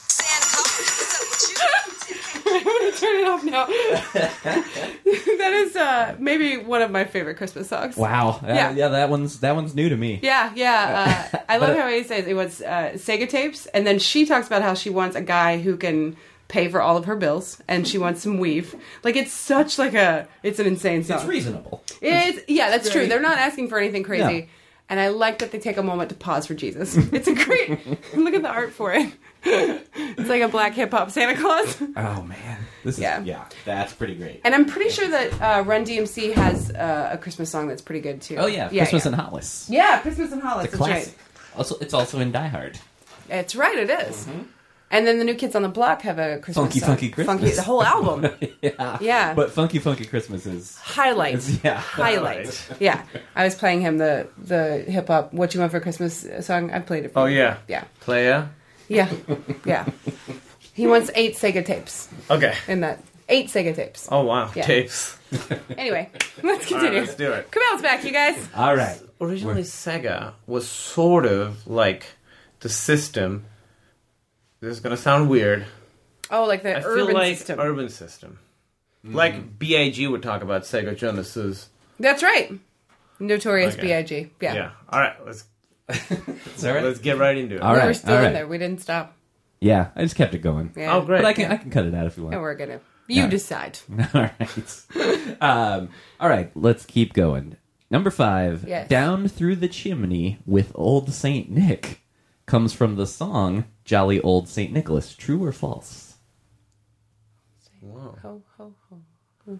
Speaker 8: Santa Claus, what's up with you?
Speaker 4: Turn it off now. that is uh, maybe one of my favorite Christmas songs.
Speaker 6: Wow.
Speaker 4: Yeah.
Speaker 6: Yeah. yeah, that one's that one's new to me.
Speaker 4: Yeah, yeah. Uh, I love how he says it was uh, Sega tapes, and then she talks about how she wants a guy who can pay for all of her bills, and she wants some weave. Like it's such like a it's an insane song.
Speaker 6: It's reasonable.
Speaker 4: It's- yeah, that's true.
Speaker 6: very-
Speaker 4: They're not asking for anything crazy.
Speaker 6: Yeah.
Speaker 4: And I like that they take a moment to pause for Jesus. It's a great look at the art for it. it's like a black hip hop Santa Claus.
Speaker 6: Oh man. This is
Speaker 4: Yeah.
Speaker 6: yeah. that's pretty great.
Speaker 4: And I'm pretty sure that uh, Run DMC has uh, a Christmas song that's pretty good too.
Speaker 6: Oh yeah,
Speaker 4: yeah
Speaker 6: Christmas
Speaker 4: yeah.
Speaker 6: in Hollis.
Speaker 4: yeah, Christmas and Hollis.
Speaker 6: It's a
Speaker 4: that's right.
Speaker 6: classic. Also it's also in Die Hard.
Speaker 4: It's right, it is. And then the new kids on the block have a Christmas
Speaker 6: Mm-hmm. Funky,
Speaker 4: song.
Speaker 6: funky Christmas.
Speaker 4: the whole album.
Speaker 6: yeah.
Speaker 4: Yeah.
Speaker 6: But Funky Funky Christmas is
Speaker 4: highlight,
Speaker 6: yeah.
Speaker 4: highlight. Yeah, I was playing him the the hip hop "What You Want for Christmas" uh, song. I played it. For
Speaker 5: Oh,
Speaker 4: him.
Speaker 5: yeah.
Speaker 4: yeah,
Speaker 5: Playa?
Speaker 4: yeah, yeah. He wants eight Sega tapes
Speaker 5: Okay.
Speaker 4: in that. Eight Sega tapes.
Speaker 5: Oh, wow.
Speaker 4: Yeah.
Speaker 5: Tapes.
Speaker 4: Anyway, let's
Speaker 5: All right,
Speaker 4: continue.
Speaker 5: let's do it.
Speaker 4: Cabell's back, you guys.
Speaker 6: All right.
Speaker 5: originally Sega was sort of like the system. This is gonna sound weird.
Speaker 4: Oh, like the
Speaker 5: I feel
Speaker 4: urban
Speaker 5: like
Speaker 4: system.
Speaker 5: urban system. Like Big would talk about Sega Genesis.
Speaker 4: That's right. Notorious
Speaker 5: Okay.
Speaker 4: B.I.G. Yeah,
Speaker 5: Yeah. All right. Let's
Speaker 6: It's all right.
Speaker 5: let's get right into it.
Speaker 6: All
Speaker 4: we
Speaker 6: right.
Speaker 4: were still
Speaker 6: all
Speaker 4: in
Speaker 6: right.
Speaker 4: there. We didn't stop.
Speaker 6: Yeah, I just kept it going.
Speaker 4: Yeah.
Speaker 5: Oh, great.
Speaker 6: But I can I can cut it out if you
Speaker 4: And
Speaker 6: want.
Speaker 4: we're gonna. You
Speaker 6: Yeah.
Speaker 4: decide.
Speaker 6: all right. Um, all right, let's keep going. Number 5,
Speaker 4: Yes.
Speaker 6: Down Through the Chimney with Old Saint Nick comes from the song Jolly Old Saint Nicholas. True or false?
Speaker 4: Ho, ho, ho,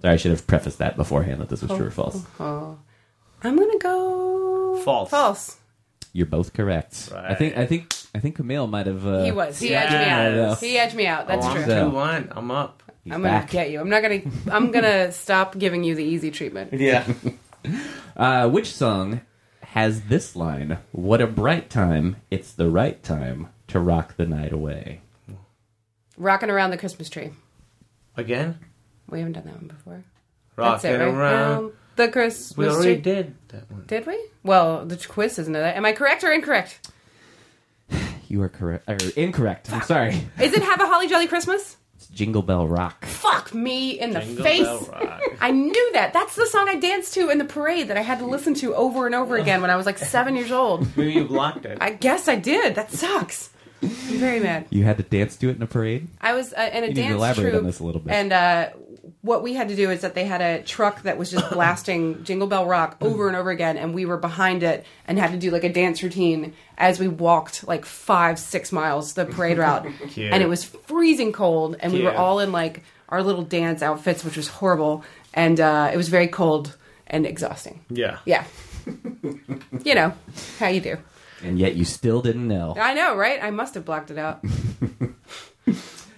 Speaker 6: Sorry, I should have prefaced that beforehand that this was
Speaker 4: Oh,
Speaker 6: true or false.
Speaker 4: ho. I'm gonna go
Speaker 5: False.
Speaker 4: False.
Speaker 6: You're both correct. I think I think I think Camille might have. Uh,
Speaker 4: He was. He
Speaker 5: Yes.
Speaker 4: edged me
Speaker 6: Yeah.
Speaker 4: out. He edged me out. That's
Speaker 5: Oh, I'm
Speaker 4: true.
Speaker 6: So-
Speaker 5: two one. I'm up.
Speaker 6: he's
Speaker 4: I'm gonna
Speaker 6: back.
Speaker 4: get you. I'm not gonna. I'm gonna stop giving you the easy treatment.
Speaker 5: Yeah.
Speaker 6: Uh, which song has this line? What a bright time! It's the right time to rock the night away.
Speaker 4: Rocking around the Christmas tree.
Speaker 5: Again.
Speaker 4: We haven't done that one before. That's
Speaker 5: Rocking
Speaker 4: it, right?
Speaker 5: around.
Speaker 4: Round the Christmas
Speaker 5: We
Speaker 4: tree.
Speaker 5: already did that one.
Speaker 4: Did we? Well, the quiz isn't that. Am I correct or incorrect?
Speaker 6: You are correct or incorrect? I'm sorry.
Speaker 4: Is it Have a Holly Jolly Christmas?
Speaker 6: It's Jingle Bell Rock.
Speaker 4: Fuck me in the
Speaker 5: Jingle Bell
Speaker 4: face.
Speaker 5: Rock.
Speaker 4: I knew that. That's the song I danced to in the parade that I had to listen to over and over again when I was like seven years old.
Speaker 5: Maybe you blocked it.
Speaker 4: I guess I did. That sucks. I'm very mad.
Speaker 6: You had to dance to it in a parade.
Speaker 4: I was uh, in a
Speaker 6: You need to
Speaker 4: dance
Speaker 6: elaborate
Speaker 4: troupe,
Speaker 6: on this a little bit.
Speaker 4: and uh, what we had to do is that they had a truck that was just blasting Jingle Bell Rock over and over again, and we were behind it and had to do like a dance routine as we walked like five, six miles the parade route,
Speaker 5: Cute.
Speaker 4: and it was freezing cold, and we were
Speaker 5: Cute.
Speaker 4: all in like our little dance outfits, which was horrible, and uh, it was very cold and exhausting.
Speaker 5: yeah.
Speaker 4: Yeah, you know how you do.
Speaker 6: And yet you still didn't know.
Speaker 4: I know, right? I must have blocked it out.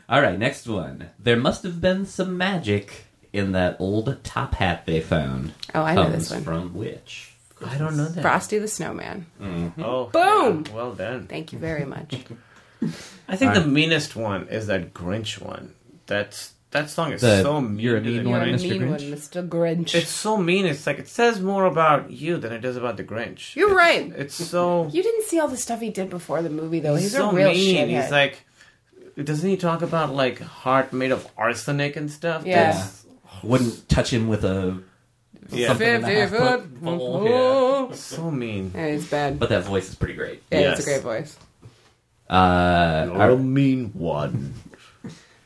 Speaker 6: All right, next one. There must have been some magic in that old top hat they found.
Speaker 4: Oh, I know this one.
Speaker 6: Comes From which?
Speaker 5: I don't know that.
Speaker 4: Frosty the Snowman.
Speaker 5: Oh.
Speaker 4: Boom!
Speaker 5: yeah. Well done.
Speaker 4: Thank you very much.
Speaker 5: I think the meanest one is that Grinch one. That's that song is
Speaker 6: The
Speaker 5: so mean.
Speaker 6: You're a
Speaker 5: to the
Speaker 6: Mean
Speaker 5: Grinch.
Speaker 6: One,
Speaker 4: You're a
Speaker 6: Mr.
Speaker 4: mean
Speaker 6: Grinch?
Speaker 4: one, Mr. Grinch.
Speaker 5: It's so mean. It's like it says more about you than it does about the Grinch.
Speaker 4: You're
Speaker 5: It's-
Speaker 4: right.
Speaker 5: It's so
Speaker 4: you didn't see all the stuff he did before the movie, though. He's,
Speaker 5: he's
Speaker 4: a
Speaker 5: so
Speaker 4: real
Speaker 5: mean.
Speaker 4: shithead.
Speaker 5: He's like, doesn't he talk about like heart made of arsenic and stuff?
Speaker 4: Yeah.
Speaker 5: That's-
Speaker 6: Wouldn't touch him with a
Speaker 5: Yeah.
Speaker 6: something in a half foot pole. Yeah.
Speaker 5: So mean.
Speaker 4: yeah, he's bad.
Speaker 6: But that voice is pretty great.
Speaker 4: yeah,
Speaker 5: yes.
Speaker 4: it's a great voice.
Speaker 6: Uh,
Speaker 5: You're a mean one.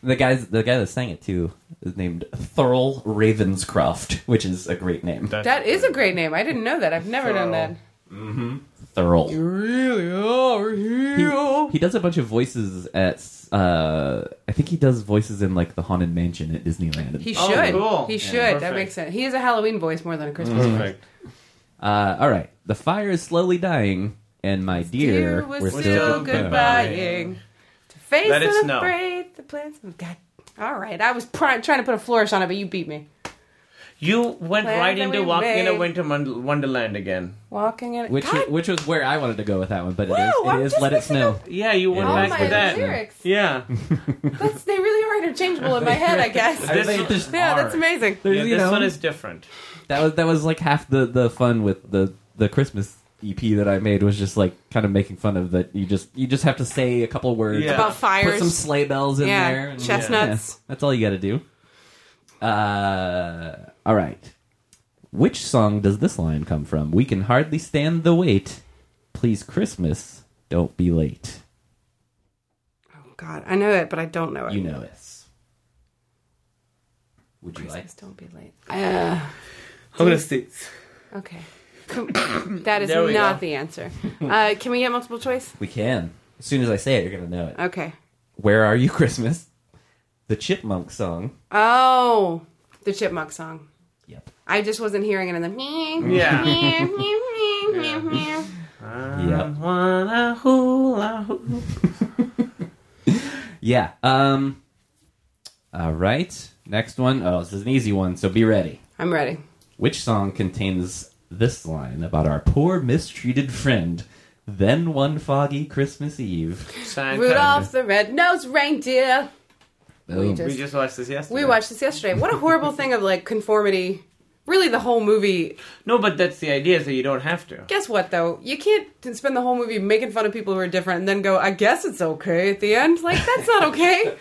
Speaker 6: The guys, the guy that sang it too, is named Thurl Ravenscroft, which is a great name.
Speaker 4: That is a great name. I didn't know that. I've never done that.
Speaker 6: Thurl.
Speaker 4: Really are
Speaker 6: He, he does a bunch of voices at. Uh, I think he does voices in like the Haunted Mansion at Disneyland.
Speaker 4: He
Speaker 5: Oh,
Speaker 4: should.
Speaker 5: cool.
Speaker 4: He
Speaker 5: Yeah.
Speaker 4: should. that
Speaker 5: Perfect. Mm-hmm.
Speaker 4: makes sense. He has a Halloween voice more than a Christmas voice.
Speaker 5: Perfect.
Speaker 6: uh, all right, the fire is slowly dying, and my dear,
Speaker 4: Dear,
Speaker 6: we're
Speaker 5: still
Speaker 6: still
Speaker 5: goodbye.
Speaker 6: goodbye.
Speaker 4: goodbying. To face
Speaker 5: Let it
Speaker 4: and
Speaker 5: snow.
Speaker 4: afraid, the plans of God. All right, I was pr- trying to put a flourish on it, but you beat me.
Speaker 5: You
Speaker 4: Plans
Speaker 5: went right
Speaker 4: that
Speaker 5: into
Speaker 4: we
Speaker 5: walking in a
Speaker 4: made.
Speaker 5: winter mon- wonderland again.
Speaker 4: Walking in
Speaker 6: Which
Speaker 4: God,
Speaker 6: which was where I wanted to go with that one, but it
Speaker 4: Wow,
Speaker 6: is
Speaker 4: I'm
Speaker 6: it is
Speaker 4: just
Speaker 6: let it
Speaker 4: mixing
Speaker 6: snow.
Speaker 4: up
Speaker 5: Yeah, you went
Speaker 6: All
Speaker 5: back
Speaker 4: Oh my
Speaker 5: to that.
Speaker 4: lyrics.
Speaker 5: Yeah.
Speaker 4: that's, they really are interchangeable in my head, I guess.
Speaker 5: This-
Speaker 6: They just
Speaker 4: yeah,
Speaker 6: are.
Speaker 4: that's amazing.
Speaker 6: There's,
Speaker 5: Yeah,
Speaker 6: you
Speaker 5: this
Speaker 6: know,
Speaker 5: one is different.
Speaker 6: that was that was like half the the fun with the the Christmas EP that I made was just like kind of making fun of that you just you just have to say a couple words
Speaker 5: Yeah.
Speaker 4: About
Speaker 6: put
Speaker 4: fires,
Speaker 6: some sleigh bells in
Speaker 4: Yeah,
Speaker 6: there and-
Speaker 4: chestnuts.
Speaker 6: Yeah, that's all you got to do uh all right which song does this line come from we can hardly stand the wait please Christmas don't be late
Speaker 4: God, I know it, but I don't know it.
Speaker 6: you know it would you like
Speaker 4: Please don't be late. Uh,
Speaker 5: I'm gonna see.
Speaker 4: okay. Come- that is
Speaker 5: There we
Speaker 4: not
Speaker 5: go.
Speaker 4: the answer. Uh, can we get multiple choice?
Speaker 6: we can as soon as I say it you're gonna know it
Speaker 4: Okay.
Speaker 6: Where Are You Christmas, the Chipmunk song.
Speaker 4: Oh, the chipmunk song.
Speaker 6: Yep.
Speaker 4: I just wasn't hearing it in the me.
Speaker 5: Yeah.
Speaker 4: Yeah.
Speaker 6: Yeah.
Speaker 5: Wanna hula hoop.
Speaker 6: Yeah. Um. All right. Next one. Oh, this is an easy one, so be ready.
Speaker 4: I'm ready.
Speaker 6: Which song contains this line about our poor mistreated friend? Then one foggy Christmas Eve.
Speaker 5: Santa.
Speaker 4: Rudolph the Red-Nosed Reindeer.
Speaker 6: Boom.
Speaker 4: just-
Speaker 5: We just watched this yesterday.
Speaker 4: We watched this yesterday. What a horrible thing of like conformity. Really, the whole movie.
Speaker 5: No, but that's the idea, so you don't have to.
Speaker 4: Guess what, though? You can't spend the whole movie making fun of people who are different and then go, I guess it's okay at the end. Like, that's not okay.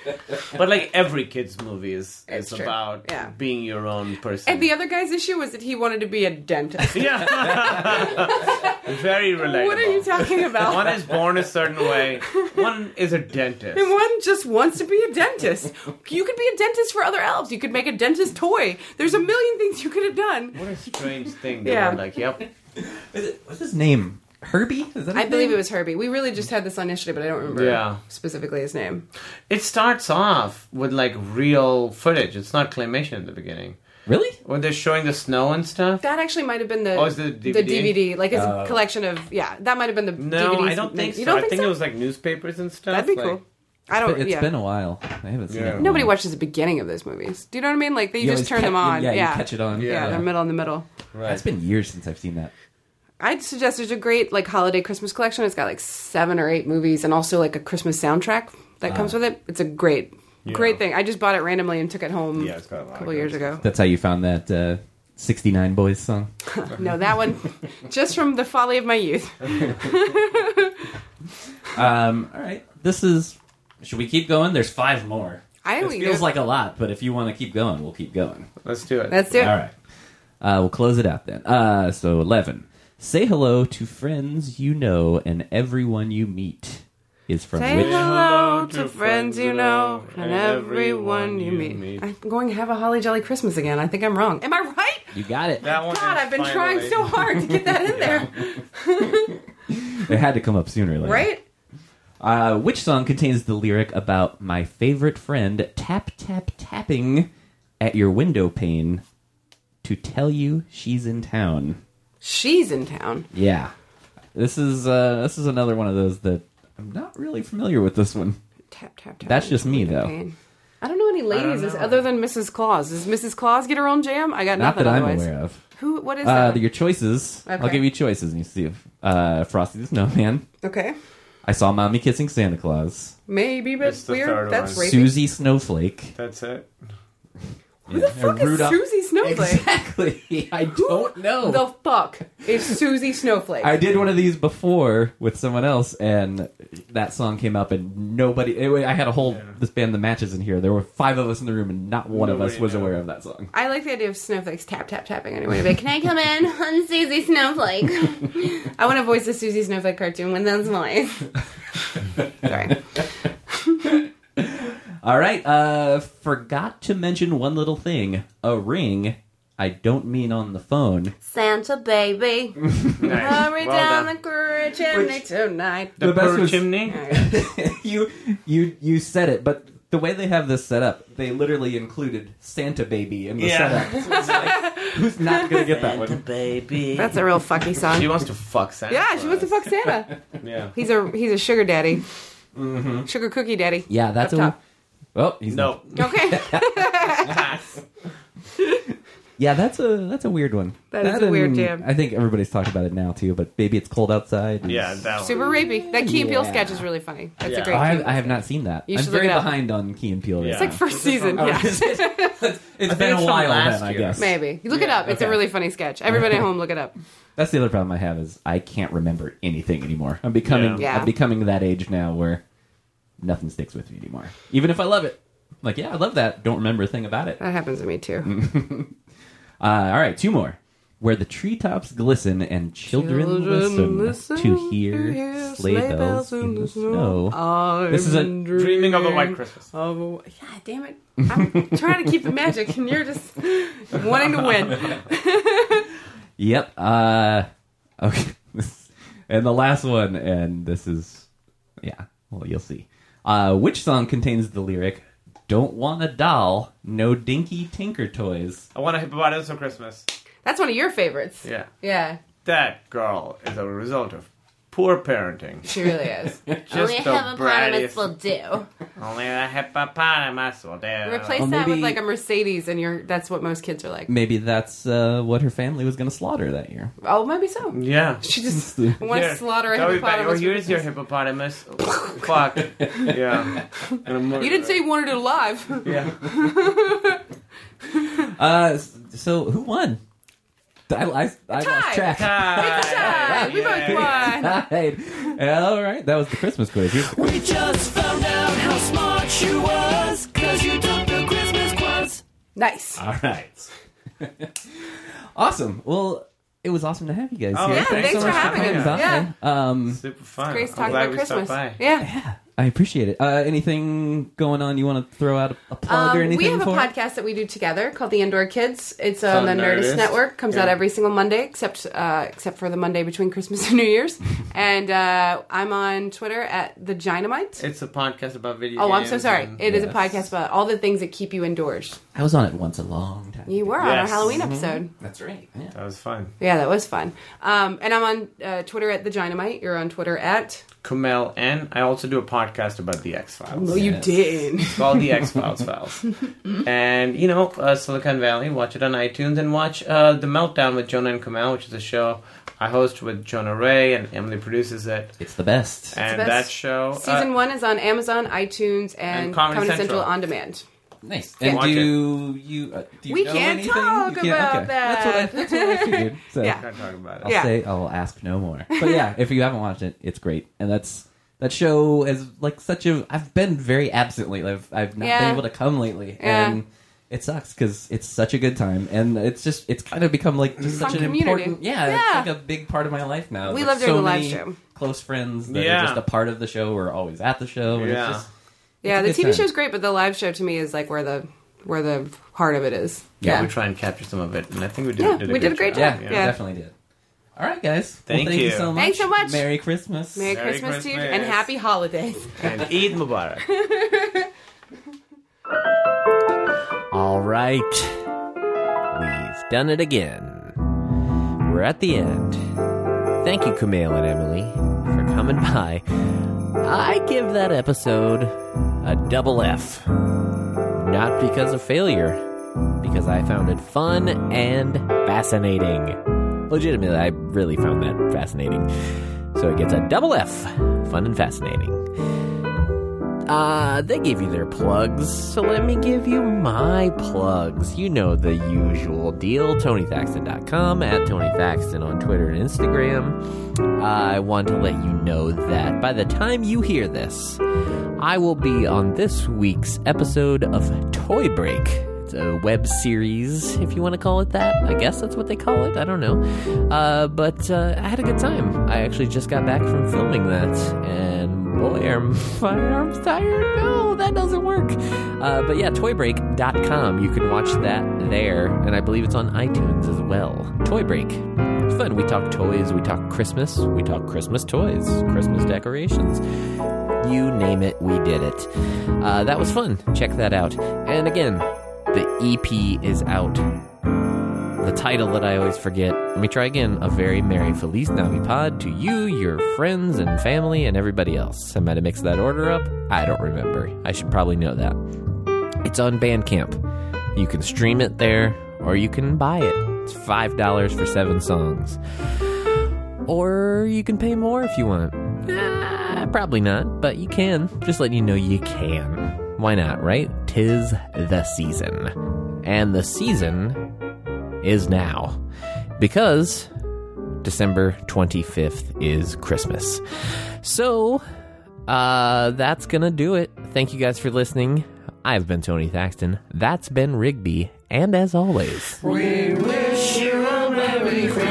Speaker 5: But like every kid's movie is is
Speaker 4: It's true.
Speaker 5: about
Speaker 4: Yeah.
Speaker 5: being your own person.
Speaker 4: and the other guy's issue was that he wanted to be a dentist.
Speaker 5: yeah. Very relatable.
Speaker 4: What are you talking about?
Speaker 5: One is born a certain way. One is a dentist.
Speaker 4: And one just wants to be a dentist. You could be a dentist for other elves. You could make a dentist toy. There's a million things you could have done.
Speaker 5: What a strange thing. They
Speaker 4: Yeah.
Speaker 5: were like, yep.
Speaker 6: Is it- what's his name? Herbie? Is that his
Speaker 4: I believe
Speaker 6: name?
Speaker 4: it was Herbie. We really just had this on yesterday, but I don't remember
Speaker 5: Yeah.
Speaker 4: specifically his name.
Speaker 5: It starts off with like real footage. It's not claymation at the beginning.
Speaker 6: Really?
Speaker 5: When they're showing the snow and stuff.
Speaker 4: That actually might have been the
Speaker 5: Oh, is it
Speaker 4: the
Speaker 5: DVD?
Speaker 4: DVD, like his collection of yeah. That might have been the
Speaker 5: Uh, No,
Speaker 4: DVDs.
Speaker 5: I don't think so.
Speaker 4: You don't
Speaker 5: I
Speaker 4: think,
Speaker 5: think
Speaker 4: so?
Speaker 5: it was like newspapers and stuff.
Speaker 4: That'd be
Speaker 5: like-
Speaker 4: cool. I
Speaker 6: But
Speaker 4: don't.
Speaker 6: It's
Speaker 4: Oh, yeah.
Speaker 6: been a while. I haven't seen
Speaker 5: Yeah.
Speaker 6: it. in a
Speaker 4: Nobody
Speaker 6: while.
Speaker 4: watches the beginning of those movies. Do you know what I mean? Like they
Speaker 6: You
Speaker 4: just
Speaker 6: always
Speaker 4: turn
Speaker 6: ca-
Speaker 4: them on.
Speaker 6: Yeah,
Speaker 4: Yeah,
Speaker 6: you catch it on.
Speaker 4: Yeah, they're middle in the middle.
Speaker 5: Right.
Speaker 6: It's been years since I've seen that.
Speaker 4: I'd suggest there's a great like holiday Christmas collection. It's got like seven or eight movies and also like a Christmas soundtrack
Speaker 6: Ah.
Speaker 4: that comes with it. It's a great, great thing. I just bought it randomly and took it home
Speaker 5: Yeah, it's got a lot
Speaker 4: a
Speaker 5: of
Speaker 4: couple
Speaker 5: good
Speaker 4: years ago.
Speaker 6: That's how you found that uh, 69 Boys song.
Speaker 4: no, that one just from the folly of my youth.
Speaker 6: Um, all right. This is. Should we keep going? There's five more.
Speaker 4: I
Speaker 6: It
Speaker 4: think we
Speaker 6: feels
Speaker 4: do-
Speaker 6: like a lot, but if you want to keep going, we'll keep going.
Speaker 5: Let's do it.
Speaker 4: Let's do it.
Speaker 6: All right. Uh, we'll close it out then. Uh, so, 11. Say hello to friends you know and everyone you meet is from
Speaker 4: Say
Speaker 6: which?
Speaker 4: hello to friends you know and everyone you meet. I'm going to have a holly jolly Christmas again. I think I'm wrong. Am I right?
Speaker 6: You got it.
Speaker 5: That one
Speaker 4: God,
Speaker 5: is
Speaker 4: I've been
Speaker 5: finally-
Speaker 4: trying so hard to get that in there,
Speaker 6: It had to come up sooner or later.
Speaker 4: right?
Speaker 6: Uh, which song contains the lyric about my favorite friend tap, tap, tapping at your window pane to tell you she's in town?
Speaker 4: She's in town.
Speaker 6: Yeah. This is uh this is another one of those that I'm not really familiar with this one.
Speaker 4: Tap tap tap.
Speaker 6: That's just me though.
Speaker 4: Pain. I don't know any ladies
Speaker 5: know.
Speaker 4: other than Mrs. Claus. Does Mrs. Claus get her own jam? I got
Speaker 6: Not
Speaker 4: nothing
Speaker 6: that I'm
Speaker 4: otherwise.
Speaker 6: aware of.
Speaker 4: Who? What is
Speaker 6: Uh
Speaker 4: that?
Speaker 6: your choices. I'll
Speaker 4: Okay.
Speaker 6: give you choices and you see if uh Frosty the Snowman,
Speaker 4: okay.
Speaker 6: I saw Mommy Kissing Santa Claus.
Speaker 4: Maybe, but
Speaker 5: It's the
Speaker 4: weird.
Speaker 5: third
Speaker 4: That's
Speaker 5: one.
Speaker 4: rapey.
Speaker 6: Susie Snowflake.
Speaker 5: That's it.
Speaker 4: Who the fuck is
Speaker 6: Rudolph-
Speaker 4: Susie Snowflake?
Speaker 6: Exactly. I don't know.
Speaker 4: The fuck is Susie Snowflake?
Speaker 6: I did one of these before with someone else, and that song came up, and nobody. Anyway, I had a whole this band, the matches in here. There were five of us in the room, and not one of us
Speaker 5: Nobody
Speaker 6: was
Speaker 5: knew.
Speaker 6: aware of that song.
Speaker 4: I like the idea of snowflakes tap tap tapping anyway. But can I come in? I'm Susie Snowflake. I want to voice the Susie Snowflake cartoon when that's mine. Sorry.
Speaker 6: All right, uh, forgot to mention one little thing: a ring. I don't mean on the phone.
Speaker 4: Santa baby,
Speaker 5: Nice.
Speaker 4: hurry
Speaker 5: Well
Speaker 4: down
Speaker 5: done.
Speaker 4: the courage chimney tonight.
Speaker 5: the,
Speaker 6: The best
Speaker 5: bird
Speaker 6: was-
Speaker 5: chimney.
Speaker 6: you, you, you said it, but the way they have this set up, they literally included Santa Baby in the
Speaker 5: Yeah.
Speaker 6: setup. So it's like, who's not gonna get that one?
Speaker 5: baby.
Speaker 4: That's a real fucky
Speaker 5: she
Speaker 4: song.
Speaker 5: wants to fuck Santa.
Speaker 4: Yeah, she wants to fuck Santa.
Speaker 5: Yeah.
Speaker 4: He's a he's a sugar daddy,
Speaker 5: Mm-hmm.
Speaker 4: sugar cookie daddy.
Speaker 6: Yeah, that's
Speaker 4: Up
Speaker 6: a.
Speaker 4: top.
Speaker 6: Oh, he's
Speaker 5: No.
Speaker 4: Okay,
Speaker 5: Pass.
Speaker 6: Yeah, that's a that's a weird one.
Speaker 4: That is a weird
Speaker 6: and-
Speaker 4: jam.
Speaker 6: I think everybody's talking about it now too, but baby, it's cold outside. is-
Speaker 5: Yeah, that
Speaker 4: super
Speaker 5: one.
Speaker 4: rapey. That Key and Peele
Speaker 6: Yeah.
Speaker 4: sketch is really funny. That's
Speaker 5: Yeah.
Speaker 4: a great.
Speaker 6: I,
Speaker 4: Key-
Speaker 6: have, I have not seen that.
Speaker 4: You
Speaker 6: I'm
Speaker 4: should look
Speaker 6: very
Speaker 4: it up.
Speaker 6: behind on Key and Peele.
Speaker 5: Yeah.
Speaker 4: It's
Speaker 6: Right
Speaker 4: like first season.
Speaker 6: now.
Speaker 4: Yeah.
Speaker 6: it's
Speaker 5: think
Speaker 6: been
Speaker 5: it's
Speaker 6: a
Speaker 5: from
Speaker 6: while
Speaker 5: last
Speaker 6: then, I
Speaker 5: year.
Speaker 6: guess.
Speaker 4: Maybe you look it up. It's a
Speaker 6: okay.
Speaker 4: really funny sketch. Everybody at home, look it up.
Speaker 6: That's the other problem I have is I can't remember anything anymore. I'm becoming
Speaker 4: Yeah. Yeah.
Speaker 6: I'm becoming that age now where nothing sticks with me anymore. Even if I love it. Like, yeah, I love that. Don't remember a thing about it.
Speaker 4: That happens to me too.
Speaker 5: Mm-hmm.
Speaker 6: Uh, all right, two more. Where the treetops glisten and children, listen, to hear sleigh bells, in the snow. This is a-
Speaker 4: I'm
Speaker 5: Dreaming of a white Christmas.
Speaker 4: of a- yeah, damn it. I'm trying to keep the magic, and you're just wanting to win.
Speaker 6: Yep. Uh, okay. and the last one, and this is, yeah. Well, you'll see. Uh, which song contains the lyric "Don't want a doll, no dinky tinker toys"?
Speaker 5: I want a hippopotamus for Christmas.
Speaker 4: That's one of your favorites.
Speaker 5: Yeah.
Speaker 4: Yeah,
Speaker 5: That girl is a result of poor parenting.
Speaker 4: she really is.
Speaker 5: Just the brattiest.
Speaker 4: do.
Speaker 5: Only a hippopotamus will do.
Speaker 4: Replace
Speaker 6: Well,
Speaker 4: that with
Speaker 6: maybe-
Speaker 4: like a Mercedes, and you're that's what most kids are like.
Speaker 6: Maybe that's uh, what her family was going to slaughter that year.
Speaker 4: Oh, maybe so.
Speaker 5: Yeah.
Speaker 4: She just wants to
Speaker 5: Here,
Speaker 4: slaughter a
Speaker 5: throw it back.
Speaker 4: hippopotamus.
Speaker 5: Oh, here's your hippopotamus. Fuck. Yeah.
Speaker 4: you didn't say you wanted it alive.
Speaker 5: Yeah.
Speaker 6: Uh, s- so who won? I, I, I
Speaker 4: Tie.
Speaker 6: lost track.
Speaker 4: Yeah, we both won.
Speaker 6: Tied. All right, that was the Christmas quiz. Here's the quiz.
Speaker 7: We just found out how smart you was, cause you took the Christmas quiz.
Speaker 4: Nice.
Speaker 6: All right. awesome. Well, it was awesome to have you guys
Speaker 5: Oh,
Speaker 6: here.
Speaker 5: yeah, thanks for
Speaker 6: so much
Speaker 5: having
Speaker 6: coming
Speaker 5: us.
Speaker 6: by.
Speaker 4: Yeah.
Speaker 6: Um,
Speaker 5: Super fun.
Speaker 4: Grace
Speaker 5: I'm
Speaker 4: talking
Speaker 5: glad
Speaker 4: about
Speaker 5: we stopped
Speaker 4: Christmas.
Speaker 5: by.
Speaker 4: Yeah.
Speaker 6: I appreciate it. Uh, anything going on you want to throw out a, a plug or
Speaker 4: Um,
Speaker 6: anything
Speaker 4: we have a
Speaker 6: for?
Speaker 4: podcast that we do together called The Indoor Kids. It's on the
Speaker 5: on
Speaker 4: Nerdist,
Speaker 5: Nerdist.
Speaker 4: Network. Comes out
Speaker 5: Yeah.
Speaker 4: every single Monday, except uh, except for the Monday between Christmas and New Year's. and uh, I'm on Twitter at the Dynamite.
Speaker 5: It's a podcast about video
Speaker 4: Oh, I'm
Speaker 5: games.
Speaker 4: so sorry.
Speaker 5: and-
Speaker 4: It is
Speaker 6: yes.
Speaker 4: a podcast about all the things that keep you indoors.
Speaker 6: I was on it once a long time.
Speaker 4: You were on our
Speaker 5: Yes. Mm-hmm.
Speaker 4: Halloween episode.
Speaker 6: That's right.
Speaker 5: that was fun.
Speaker 4: Yeah, that was fun. Um, and I'm on uh, Twitter at the Dynamite. You're on Twitter at.
Speaker 5: Kumail and I also do a podcast about the X Files.
Speaker 4: you did.
Speaker 5: It's called the X Files files. And you know, uh, Silicon Valley. Watch it on iTunes and watch uh, the Meltdown with Jonah and Kumail, which is a show I host with Jonah Ray and Emily produces it.
Speaker 6: It's the best.
Speaker 5: And
Speaker 4: best.
Speaker 5: that show,
Speaker 4: Season
Speaker 5: uh,
Speaker 4: one is on Amazon, iTunes, and,
Speaker 5: and
Speaker 4: Comedy,
Speaker 5: Comedy
Speaker 4: Central.
Speaker 5: Central.
Speaker 4: on demand.
Speaker 6: Nice. And
Speaker 5: Watch
Speaker 6: do you? Uh, do you
Speaker 4: We
Speaker 6: know
Speaker 4: can't
Speaker 6: anything?
Speaker 4: talk
Speaker 6: You
Speaker 4: about
Speaker 6: can't- okay. That's what I,
Speaker 4: that.
Speaker 6: that's what I figured. So
Speaker 4: Yeah.
Speaker 5: Can't talk about it.
Speaker 6: I'll
Speaker 4: Yeah.
Speaker 6: say I'll ask no more. But yeah, if you haven't watched it, it's great. And that's that show is like such a. I've been very absent lately. I've I've not
Speaker 4: Yeah.
Speaker 6: been able to come lately,
Speaker 4: Yeah.
Speaker 6: and it sucks because it's such a good time, and it's just it's kind of become like just such
Speaker 4: Fun
Speaker 6: an
Speaker 4: community.
Speaker 6: important. Yeah,
Speaker 4: Yeah.
Speaker 6: it's like a big part of my life now.
Speaker 4: We
Speaker 6: Like,
Speaker 4: love doing
Speaker 6: so
Speaker 4: the live
Speaker 6: many
Speaker 4: show.
Speaker 6: Close friends that
Speaker 5: Yeah.
Speaker 6: are just a part of the show or always at the show. And
Speaker 5: Yeah.
Speaker 6: it's just,
Speaker 4: Yeah, the
Speaker 6: It's a
Speaker 4: TV
Speaker 6: good time.
Speaker 4: show's great, but the live show to me is like where the where the heart of it is.
Speaker 5: yeah,
Speaker 4: Yeah.
Speaker 5: we try and capture some of it, and I think we did.
Speaker 4: Yeah,
Speaker 5: did a
Speaker 4: we
Speaker 5: good
Speaker 4: did a great
Speaker 6: yeah,
Speaker 4: job.
Speaker 6: it
Speaker 4: Yeah.
Speaker 6: definitely did. All right, guys. Well,
Speaker 5: Thank
Speaker 6: thank you.
Speaker 5: you.
Speaker 6: so much.
Speaker 4: Thanks so much.
Speaker 6: Merry Christmas.
Speaker 4: Merry,
Speaker 5: Merry
Speaker 4: Christmas, to you
Speaker 5: Christmas.
Speaker 4: and happy holidays.
Speaker 5: And Eid Mubarak.
Speaker 3: All right. We've done it again. We're at the end. Thank you, Kumail and Emily, for coming by. I give that episode a double F. Not because of failure, because I found it fun and fascinating. Legitimately, I really found that fascinating.
Speaker 6: So it gets a double F. Fun and fascinating. Uh, they gave you their plugs, so let me give you my plugs. You know the usual deal TonyThaxton.com, at TonyThaxton on Twitter and Instagram. Uh, I want to let you know that by the time you hear this, I will be on this week's episode of Toy Break. It's a web series, if you want to call it that. I guess that's what they call it. I don't know. Uh, but uh, I had a good time. I actually just got back from filming that, and boy, are my arms tired. No, that doesn't work. Uh, but yeah, toybreak.com. You can watch that there, and I believe it's on iTunes as well. Toy Break. It's fun. We talk toys, we talk Christmas, we talk Christmas toys, Christmas decorations. You name it, we did it. Uh, that was fun. Check that out. And again, the EP is out. The title that I always forget. Let me try again. A very merry Feliz Navipod to you, your friends and family, and everybody else. I might have mixed that order up. I don't remember. I should probably know that. It's on Bandcamp. You can stream it there or you can buy it. It's $5 for seven songs. Or you can pay more if you want. Ah, probably not, but you can. Just letting you know you can. Why not, right? Tis the season. And the season is now. Because December 25th is Christmas. So, uh, that's gonna do it. Thank you guys for listening. I've been Tony Thaxton. That's been Rigby. And as always,
Speaker 9: We wish you a Merry Christmas.